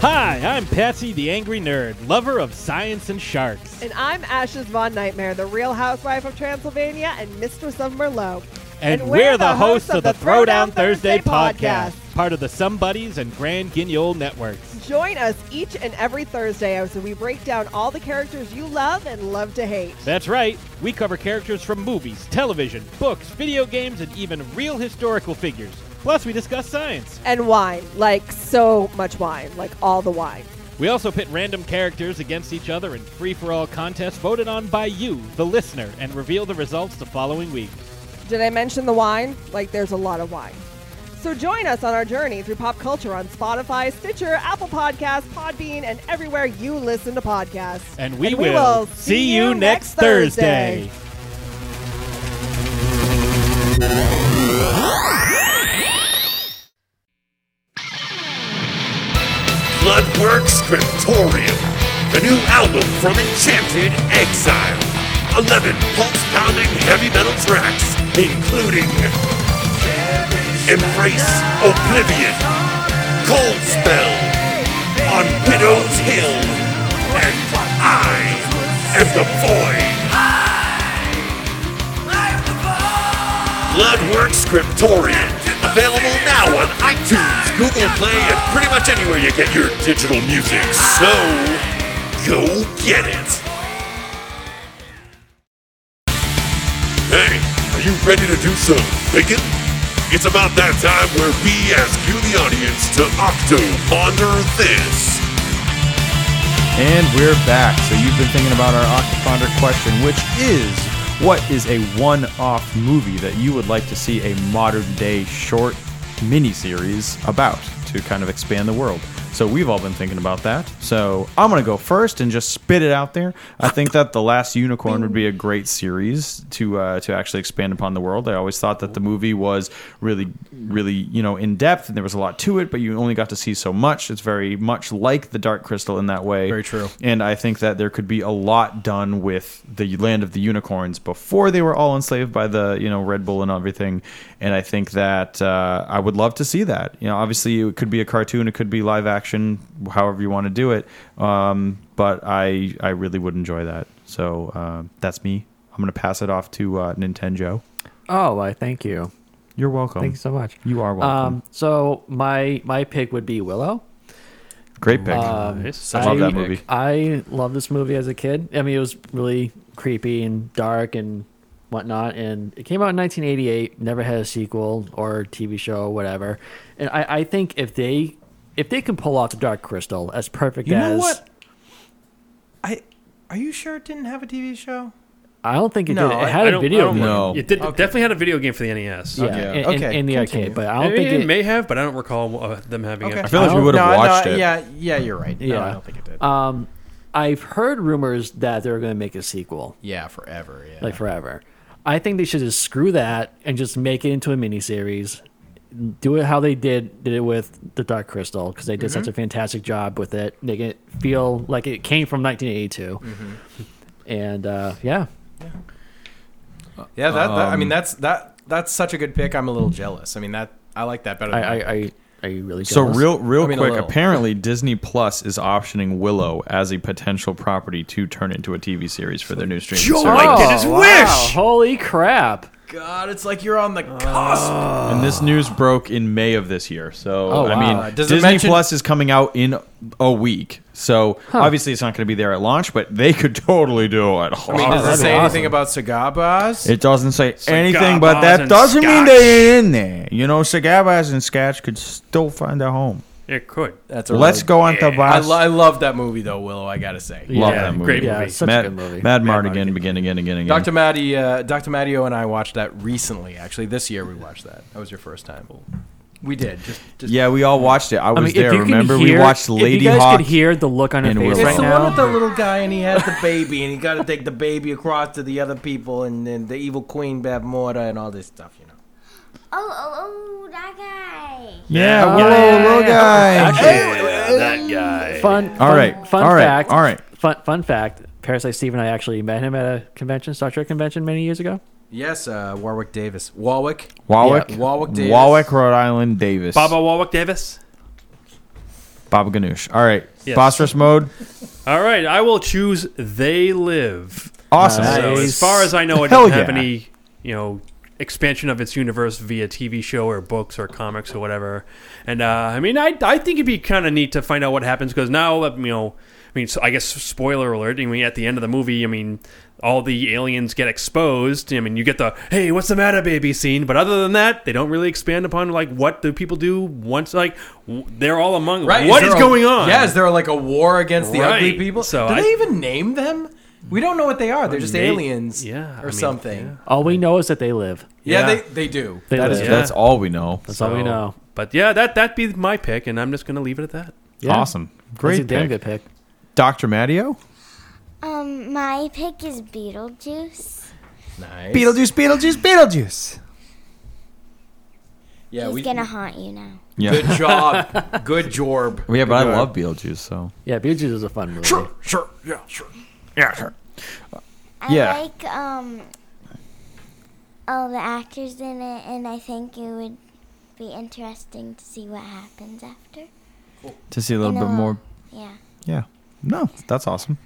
Hi, I'm Patsy the Angry Nerd, lover of science and sharks. And I'm Ashes Von Nightmare, the real housewife of Transylvania and mistress of Merlot. And, we're the hosts of the Throwdown Thursday podcast, part of the Some Buddies and Grand Guignol networks. Join us each and every Thursday as we break down all the characters you love and love to hate. That's right, we cover characters from movies, television, books, video games, and even real historical figures. Plus, we discuss science. And wine, like so much wine, like all the wine. We also pit random characters against each other in free for all contests voted on by you, the listener, and reveal the results the following week. Did I mention the wine? Like there's a lot of wine. So join us on our journey through pop culture on Spotify, Stitcher, Apple Podcasts, Podbean, and everywhere you listen to podcasts. And we will see you next Thursday. Bloodwork Scriptorium, the new album from Enchanted Exile. 11 pulse pounding heavy metal tracks, including Embrace Oblivion, Cold Spell, On Widow's Hill, and I Am the Void. Bloodwork Scriptorium. Available now on iTunes, Google Play, and pretty much anywhere you get your digital music. So, go get it. Hey, are you ready to do some thinking? It's about that time where we ask you, the audience, to octo ponder this. And we're back. So you've been thinking about our Octoponder question, which is what is a one off movie that you would like to see a modern day short miniseries about to kind of expand the world? So we've all been thinking about that. So I'm going to go first and just spit it out there. I think that The Last Unicorn would be a great series to uh, to actually expand upon the world. I always thought that the movie was really really, you know, in depth and there was a lot to it, but you only got to see so much. It's very much like The Dark Crystal in that way. Very true. And I think that there could be a lot done with the land of the unicorns before they were all enslaved by the you know Red Bull and everything. And I think that uh, I would love to see that. You know, obviously it could be a cartoon, it could be live action, however you want to do it. Um, but I I really would enjoy that. So uh, that's me. I'm gonna pass it off to uh, Nintendo. Oh, I thank you. You're welcome. Thank you so much. You are welcome. Um, so my my pick would be Willow. Great pick. I I love that movie. I love this movie as a kid. I mean, it was really creepy and dark and whatnot. And it came out in 1988. Never had a sequel or TV show, whatever. And I, I think if they if they can pull off the Dark Crystal as perfect You as know what? I are you sure it didn't have a TV show? I don't think it No, did. I- It had I a don't- I video don't game. No. It did, definitely had a video game for the NES. Yeah, in- Okay. in, Okay, in the continue. arcade, but I don't It- think it, it. may have, but I don't recall uh, them having Okay. it. I feel like I we don't- would have no, watched no, it. Yeah, yeah, you're right. No, Yeah. I don't think it did. Um, I've heard rumors that they're going to make a sequel, yeah, forever. Yeah. like forever. I think they should just screw that and just make it into a miniseries. Do it how they did did it with the Dark Crystal because they did Mm-hmm. such a fantastic job with it, making it feel like it came from 1982. Mm-hmm. And uh, yeah, Yeah, that, that Um, I mean Um, that's that that's such a good pick. I'm a little jealous. I mean that I like that better. I Than I, I, I really So jealous? real, real I mean, a quick. little. [laughs] Apparently, Disney Plus is optioning Willow as a potential property to turn into a TV series for their new streaming service. Mike did his wish. Oh, Holy crap! God, it's like you're on the Uh, cusp. And this news broke in May of this year. So Oh, I wow. mean, Uh, Uh. does it Disney mention- Plus is coming out in a week. So obviously, it's not going to be there at launch, but they could totally do it. I mean, does that'd it be say awesome. anything about Sagabas? It doesn't say anything, Sagabas but that and doesn't mean Scotch. they ain't in there. You know, Sagabas and Scotch could still find their home. It could. That's a Let's really- go on to I, Voss. lo- I love that movie though, Willow. I gotta say, Love Yeah, that movie. great Yeah, movie. such Mad, a good movie. Mad Mardigan, begin again, again, again. Doctor Maddie, uh, Doctor Maddio, and I watched that recently. Actually, this year we watched that. That was your first time. We did. Just, just Yeah, we all watched it. I was I mean, there. if you Remember, can hear, we watched if Lady you guys Hawk. could hear the look on her and face Willow. It's right the one with now. the little guy, and he has the baby, and he got to take the baby across to the other people, and then the evil queen Babmorda, and all this stuff. You know. Oh, oh, oh, that guy. yeah, Willow, little guy. Yeah, that guy. Fun. All fun- right. Fun All right. fact. All right. Fun. Fun fact. Parasite Steve and I actually met him at a convention, Star Trek convention, many years ago. Yes, uh, Warwick Davis. Warwick. Warwick, Yeah, Warwick Davis. Warwick, Rhode Island, Davis. Baba Warwick Davis. Baba Ganoush. All right, Yes. phosphorus mode. All right, I will choose They Live. Awesome. Nice. So as far as I know, it Hell doesn't have yeah. any, you know, expansion of its universe via TV show or books or comics or whatever. And uh, I mean, I I think it'd be kind of neat to find out what happens because now uh, you know, I mean, so I guess spoiler alert. I mean, at the end of the movie, I mean. All the aliens get exposed. I mean, you get the "Hey, what's the matter, baby?" scene, but other than that, they don't really expand upon like what do people do once like w- they're all among. What is there a- going on? Yeah, is there like a war against the ugly Right. people? So Do I- they even name them? We don't know what they are. They're just They- aliens, yeah, I or mean, something. All we know is that they live. Yeah. Yeah, they they do. They That live. is Yeah. That's all we know. That's all we So- know. But yeah, that that'd be my pick, and I'm just gonna leave it at that. Yeah. Awesome. That's Great. a damn pick. good pick. Dr. Maddio? Um, my pick is Beetlejuice. nice. Beetlejuice, Beetlejuice, Beetlejuice. Yeah, He's we. gonna haunt you now. Yeah. [laughs] Good [laughs] job. Good job. yeah, but I love Beetlejuice, so. Yeah, Beetlejuice is a fun movie. Sure. Yeah. Sure. I Yeah. like um all the actors in it, and I think it would be interesting to see what happens after. To see a little bit No. more. Yeah. Yeah. No, that's awesome.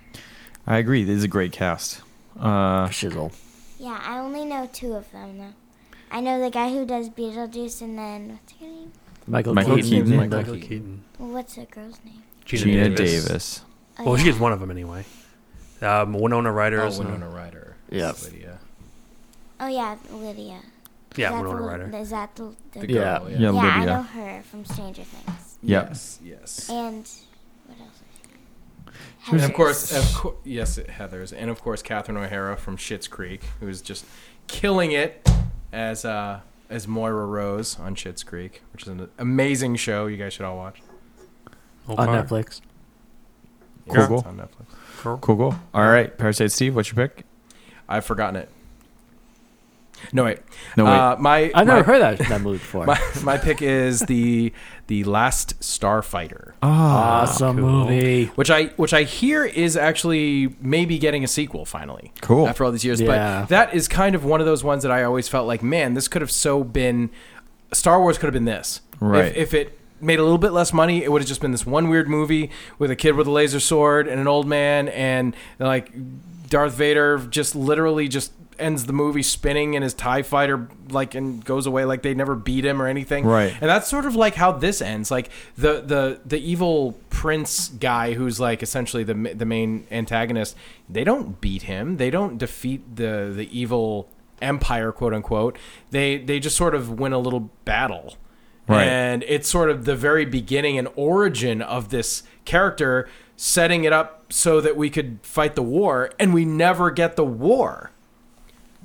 I agree. This is a great cast. Uh, Shizzle. Yeah, I only know two of them though. I know the guy who does Beetlejuice, and then what's her name? Michael, Michael Keaton. Keaton. and the- Michael Keaton, What's the girl's name? Gina Davis. Oh, Well, yeah. she is one of them anyway. Um, Winona Ryder. Oh, is Winona Ryder. Yeah. Lydia. Oh yeah, Lydia. Yeah, Is that Winona the- Ryder. Is that the? the The yeah. Yeah. girl, Yeah, I know Lydia. her from Stranger Things. Yep. Yes. Yes. And what else? And of course, of co- yes, it- Heather's, and of course, Catherine O'Hara from Schitt's Creek, who is just killing it as uh, as Moira Rose on Schitt's Creek, which is an amazing show. You guys should all watch. on Okay. Netflix. Cool, it's cool. on Netflix. Cool, cool. All right. Parasite Steve, what's your pick? I've forgotten it. No wait, No, wait. Uh, my I've my, never heard that, that movie before. [laughs] My, my pick is the the Last Starfighter. Ah. awesome movie. which I which I hear is actually maybe getting a sequel finally. Cool. After all these years, Yeah. but that is kind of one of those ones that I always felt like, man, this could have so been Star Wars could have been this. Right. If, if it made a little bit less money, it would have just been this one weird movie with a kid with a laser sword and an old man and like Darth Vader just literally just ends the movie spinning in his tie fighter like and goes away like they never beat him or anything Right. and that's sort of like how this ends like the the the evil prince guy who's like essentially the ma- the main antagonist they don't beat him they don't defeat the the evil empire quote unquote they they just sort of win a little battle Right. and it's sort of the very beginning and origin of this character setting it up so that we could fight the war and we never get the war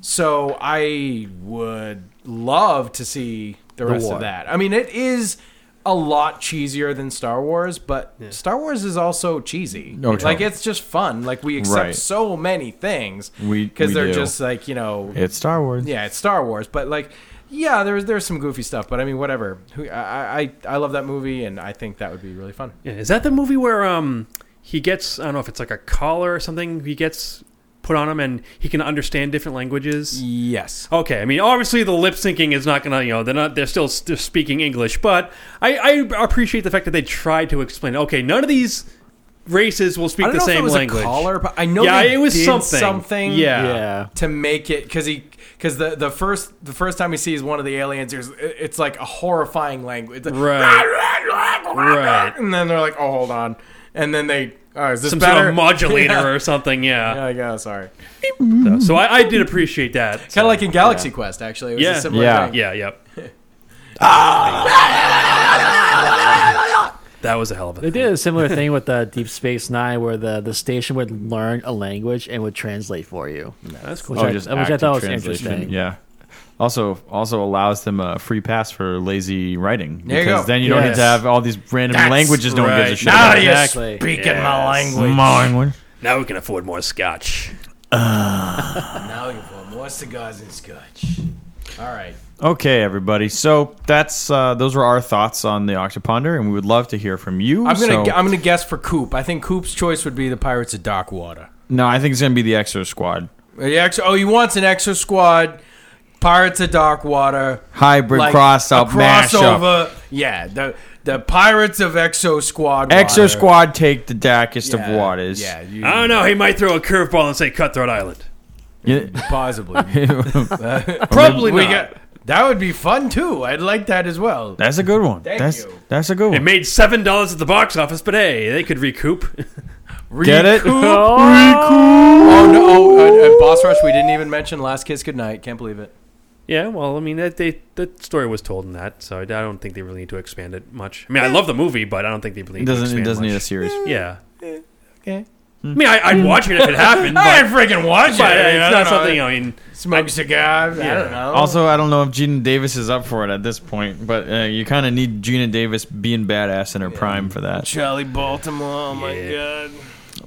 so I would love to see the, rest war. of that. I mean, it is a lot cheesier than Star Wars, but Star Wars is also cheesy. No, like totally. it's just fun. Like we accept Right. so many things We- we they're do. just like you know It's Star Wars. yeah, it's Star Wars, but like, yeah, there's there's some goofy stuff, but I mean, whatever. Who- I I, I love that movie, and I think that would be really fun. Yeah, is that the movie where um he gets I don't know if it's like a collar or something he gets put on him and he can understand different languages? Yes, Okay, I mean obviously the lip syncing is not gonna you know they're not they're still they're speaking English, but I, I appreciate the fact that they tried to explain. Okay, none of these races will speak I don't the know if it same was language. a collar, but I know yeah, they it was did something. something Yeah. Yeah. to make it because he because the the first the first time he sees one of the aliens, there's it's like a horrifying language, It's like, "Ah, Right. Right. and then they're like, oh, hold on, and then they oh, is this Some better? [laughs] sort of modulator Yeah. or something, yeah. Yeah, I guess. Sorry, So, so I, I did appreciate that. kind of like in Galaxy Quest, actually. It was Yeah. a similar Yeah. thing. Yeah, [laughs] yep. that was a hell of a They did a similar thing with uh, Deep Space Nine, where the, the station would learn a language and would translate for you. That's cool. Which, Oh, I, just which I active thought was translation. interesting. Yeah. Also, also allows them a free pass for lazy writing because There you go. then you don't need Yes. to have all these random That's languages no one gives a right. shit Now about. you Exactly. speak in my language. Mine. Now we can afford more scotch. Ah. [laughs] Now you pour more cigars and scotch. All right. [sighs] Okay, everybody. So that's uh, those were our thoughts on the Octoponder, and we would love to hear from you. I'm gonna So- I'm gonna guess for Coop. I think Coop's choice would be the Pirates of Dockwater. no, I think it's gonna be the Exo Squad. The ex- oh, he wants an extra squad. Pirates of Dockwater. Hybrid like, cross up, a mash up. crossover. Yeah, the the Pirates of Exo Squad. Exo Water. Squad take the darkest Yeah, of waters. Yeah, you, I don't know. He might throw a curveball and say Cutthroat Island. Yeah. [laughs] possibly. [laughs] Probably we not. got- that would be fun too. I'd like that as well. that's a good one. Thank that's you. that's a good It one. made seven dollars at the box office, but hey, they could [laughs] recoup. Get [laughs] it? Oh no! Oh, uh, uh, Boss Rush. We didn't even mention Last Kiss Goodnight. Can't believe it. yeah, well, I mean, that they that story was told in that, so I don't think they really need to expand it much. I mean, I love the movie, but I don't think they really It need to doesn't expand it doesn't much. need a series? Yeah. Okay. I mean, I, I'd watch it if it happened, but, [laughs] I didn't freaking watch but it. it's not something. I mean, Smoke cigar. I don't know. Also, I don't know if Gina Davis is up for it at this point, but uh, you kind of need Gina Davis being badass in her prime for that. Charlie Baltimore. Oh my god.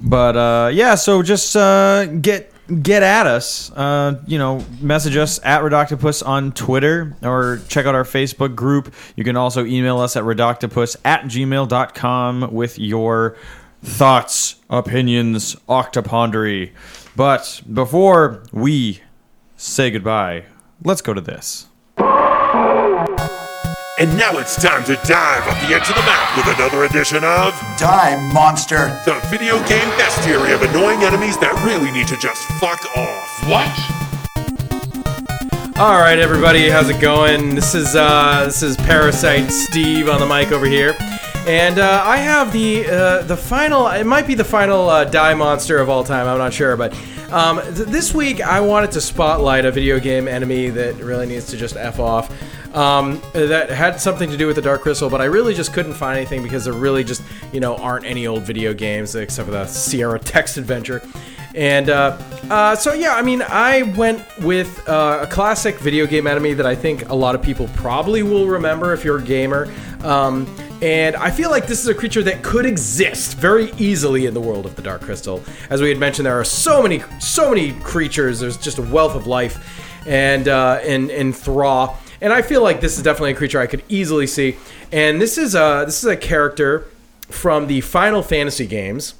But uh, yeah, so just uh, get get at us. Uh, you know, message us at Redoctopus on Twitter or check out our Facebook group. You can also email us at redoctopus at gmail.com with your thoughts, opinions, octopondery. But before we say goodbye, let's go to this. And now it's time to dive off the edge of the map with another edition of Time, monster. the video game bestiary of annoying enemies that really need to just fuck off. All right, everybody, how's it going? This is uh, this is Parasite Steve on the mic over here, and uh, I have the uh, the final. It might be the final uh, die monster of all time. I'm not sure, but um, th- this week I wanted to spotlight a video game enemy that really needs to just f off. Um, that had something to do with the Dark Crystal, but I really just couldn't find anything because there really just you know aren't any old video games except for the Sierra Text Adventure. And uh, uh, so, yeah, I mean, I went with uh, a classic video game enemy that I think a lot of people probably will remember if you're a gamer. Um, and I feel like this is a creature that could exist very easily in the world of the Dark Crystal. As we had mentioned, there are so many, so many creatures. There's just a wealth of life, and uh, in in Thraw. And I feel like this is definitely a creature I could easily see. And this is a this is a character from the Final Fantasy games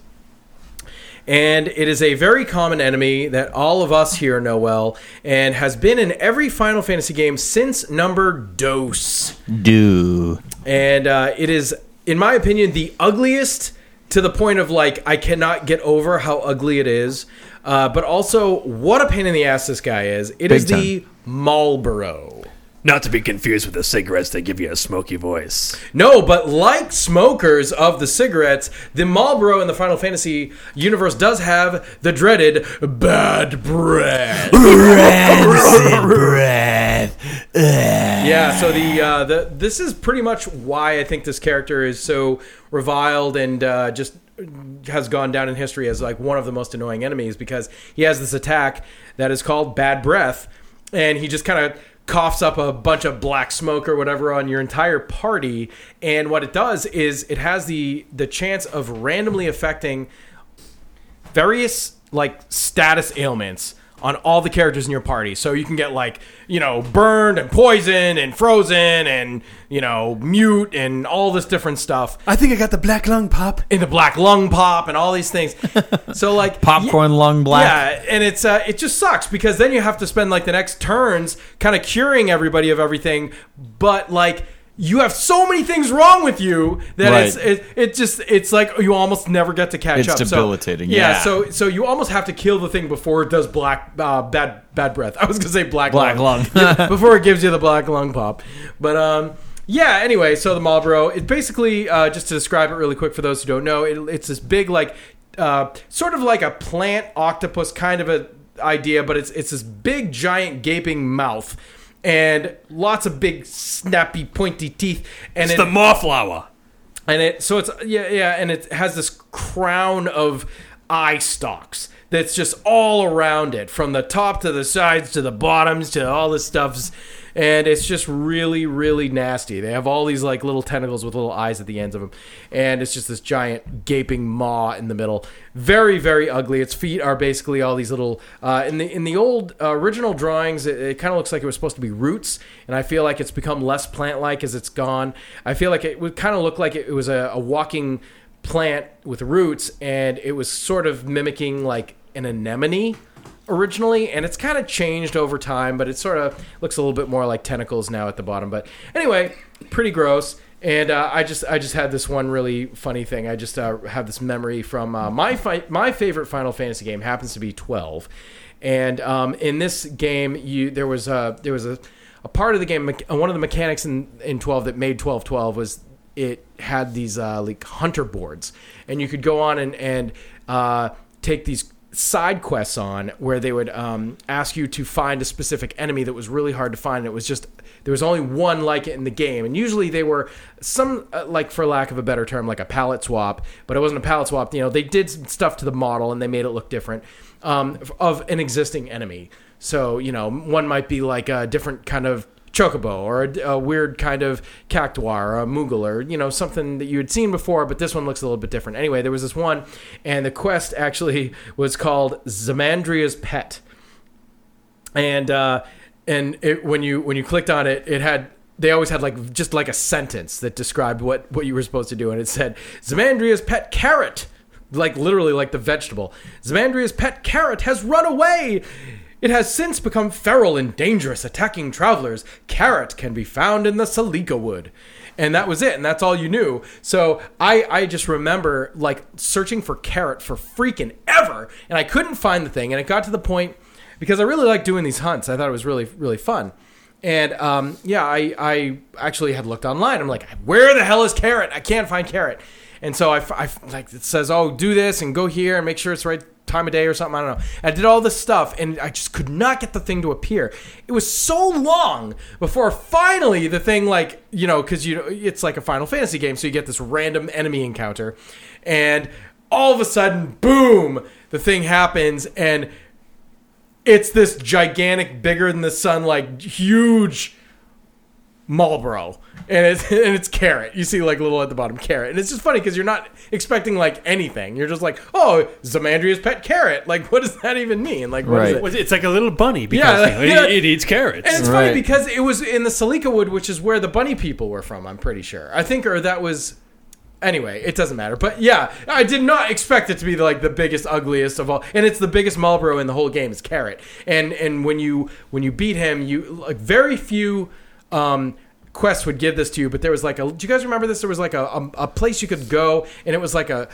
and it is a very common enemy that all of us here know well and has been in every Final Fantasy game since number DOS. Do. And uh, it is, in my opinion, the ugliest to the point of like, I cannot get over how ugly it is. Uh, but also, what a pain in the ass this guy is. It is the Marlboro. not to be confused with the cigarettes that give you a smoky voice. No, but like smokers of the cigarettes, the Marlboro in the Final Fantasy universe does have the dreaded bad breath. yeah, so the uh, the this is pretty much why I think this character is so reviled and uh, just has gone down in history as like one of the most annoying enemies because he has this attack that is called bad breath, and he just kind of coughs up a bunch of black smoke or whatever on your entire party. And what it does is it has the the chance of randomly affecting various like status ailments on all the characters in your party. So you can get like, you know, burned and poisoned and frozen and, you know, mute and all this different stuff. I think I got the black lung pop. And the black lung pop and all these things. [laughs] so like popcorn lung black. yeah, and it's uh, it just sucks because then you have to spend like the next turns kind of curing everybody of everything, but like you have so many things wrong with you that it's Right. it, it just it's like you almost never get to catch It's up. So- debilitating, yeah. So so you almost have to kill the thing before it does black uh, bad bad breath. [laughs] I was gonna say black [laughs] Black lung. Yeah, before it gives you the black lung pop. But um, yeah. Anyway, so the Marlboro. It basically uh, just to describe it really quick for those who don't know. It, it's this big like uh, sort of like a plant octopus kind of a idea, but it's it's this big giant gaping mouth. And lots of big snappy pointy teeth, and It's it- the Mothflower. and it so it's yeah yeah and it has this crown of eye stalks that's just all around it from the top to the sides to the bottoms to all this stuffs and it's just really really nasty they have all these like little tentacles with little eyes at the ends of them and it's just this giant gaping maw in the middle very very ugly its feet are basically all these little uh, in the in the old uh, original drawings it, it kind of looks like it was supposed to be roots and i feel like it's become less plant like as it's gone i feel like it would kind of look like it was a, a walking plant with roots and it was sort of mimicking like an anemone originally and it's kind of changed over time but it sort of looks a little bit more like tentacles now at the bottom but anyway pretty gross and uh, I just I just had this one really funny thing. I just uh, have this memory from uh, my fi- my favorite Final Fantasy game happens to be twelve, and um, in this game you there was a there was a, a part of the game mech- one of the mechanics in, in twelve that made twelve twelve was it had these uh, like hunter boards, and you could go on and and uh, take these side quests on where they would um, ask you to find a specific enemy that was really hard to find. And it was just there was only one like it in the game, and usually they were some uh, like for lack of a better term, like a palette swap, but it wasn't a palette swap. You know, they did some stuff to the model and they made it look different um, of an existing enemy. So you know, one might be like a different kind of chocobo or a, a weird kind of cactuar or a moogle or you know something that you had seen before but this one looks a little bit different anyway there was this one and the quest actually [laughs] was called zamandria's pet and uh, and it, when you when you clicked on it, it had they always had like just like a sentence that described what what you were supposed to do, and it said Zamandria's pet carrot, like literally like the vegetable. Zamandria's pet carrot has run away. It has since become feral and dangerous, attacking travelers. Carrot can be found in the Salika wood and that was it and that's all you knew so i i just remember like searching for carrot for freaking ever and i couldn't find the thing and it got to the point because i really liked doing these hunts i thought it was really really fun and um, yeah i i actually had looked online i'm like where the hell is carrot i can't find carrot and so I, f- I f- like it says oh do this and go here and make sure it's right time of day or something i don't know i did all this stuff and i just could not get the thing to appear it was so long before finally the thing like you know because you it's like a final fantasy game so you get this random enemy encounter and all of a sudden boom the thing happens and it's this gigantic bigger than the sun like huge Marlboro, and it's [laughs] and it's carrot. You see like little at the bottom carrot, and it's just funny because you're not expecting like anything. You're just like, oh, Zamandria's pet carrot. Like, what does that even mean? Like, what is it? Was it- It's like a little bunny because Yeah, you know, yeah. It, it eats carrots. And it's funny because it was in the Salika Wood, which is where the bunny people were from. I'm pretty sure. I think, or that was. Anyway, it doesn't matter. But yeah, I did not expect it to be like the biggest, ugliest of all, and it's the biggest Marlboro in the whole game. It's Carrot, and and when you when you beat him, you like very few. Um, Quest would give this to you, but there was like a. Do you guys remember this? There was like a, a, a place you could go, and it was like a.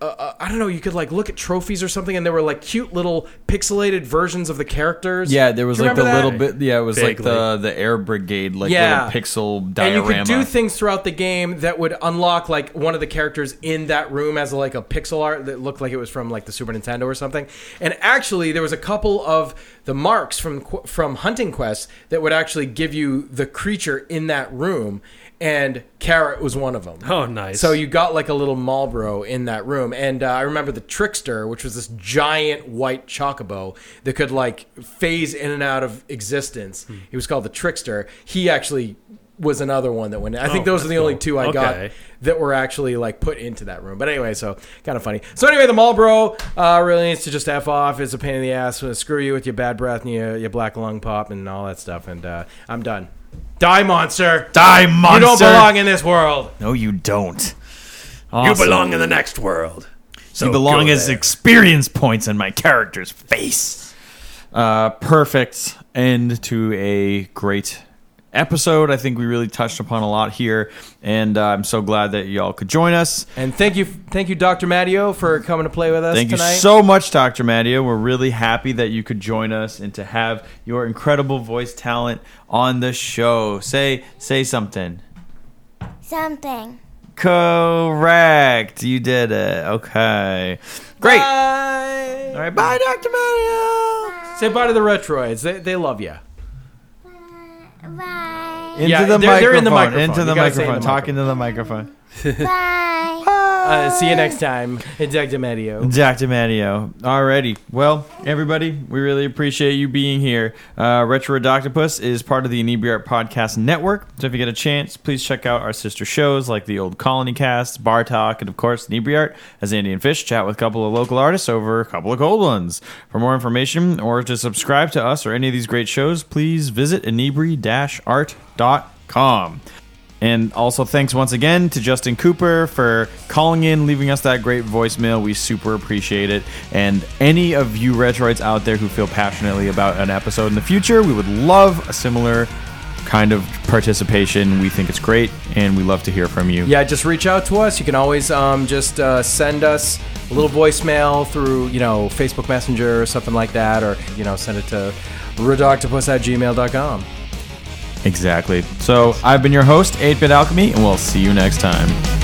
a- a- I don't know. You could like look at trophies or something, and there were like cute little pixelated versions of the characters. Yeah, there was Do you like the remember that? little bit. Yeah, it was like the the air brigade, like little pixel diorama. And you could do things throughout the game that would unlock like one of the characters in that room as like a pixel art that looked like it was from like the Super Nintendo or something. And actually, there was a couple of the marks from qu- from hunting quests that would actually give you the creature in that room. and carrot was one of them. Oh, nice. So you got like a little Marlboro in that room, and uh, I remember the Trickster, which was this giant white chocobo that could like phase in and out of existence. Hmm. It was called the Trickster. He actually was another one that went. I think Oh, those are that's the only cool. two I got Okay. that were actually like put into that room. But anyway, so kind of funny. So anyway, the Marlboro uh, really needs to just f off. It's a pain in the ass. Uh, Screw you with your bad breath and your, your black lung pop and all that stuff. And uh, I'm done. Die monster. Die You don't monster. belong in this world. No, you don't. You Awesome. belong in the next world. So you belong go as there. experience points in my character's face. Uh, perfect end to a great episode. I think we really touched upon a lot here, and uh, I'm so glad that y'all could join us. And thank you, thank you, Doctor Maddio, for coming to play with us Thank tonight. you so much, Dr. Maddio. We're really happy that you could join us and to have your incredible voice talent on the show. Say say something. Something. Correct. You did it. Okay. Great. All right. Bye, Dr. Maddio. Say bye to the Retroids. They, they love you. Into Yeah, the they're- microphone. they're in the microphone. Into the You gotta say microphone. the Talk into the microphone. Bye. Uh, see you next time, Dr. Maddio. Dr. Matteo. Alrighty. Well, everybody, we really appreciate you being here. Uh, Retro Doctopus is part of the Inebriart Podcast Network. So if you get a chance, please check out our sister shows like the Old Colony Cast, Bar Talk, and of course, Inebriart as Andy and Fish chat with a couple of local artists over a couple of cold ones. For more information or to subscribe to us or any of these great shows, please visit inebri-art.com. And also, thanks once again to Justin Cooper for calling in, leaving us that great voicemail. We super appreciate it. And any of you retroids out there who feel passionately about an episode in the future, we would love a similar kind of participation. We think it's great, and we love to hear from you. Yeah, just reach out to us. You can always um, just uh, send us a little voicemail through, you know, Facebook Messenger or something like that, or, you know, send it to redoctopus at gmail.com. Exactly. So I've been your host, 8 Bit Alchemy, and we'll see you next time.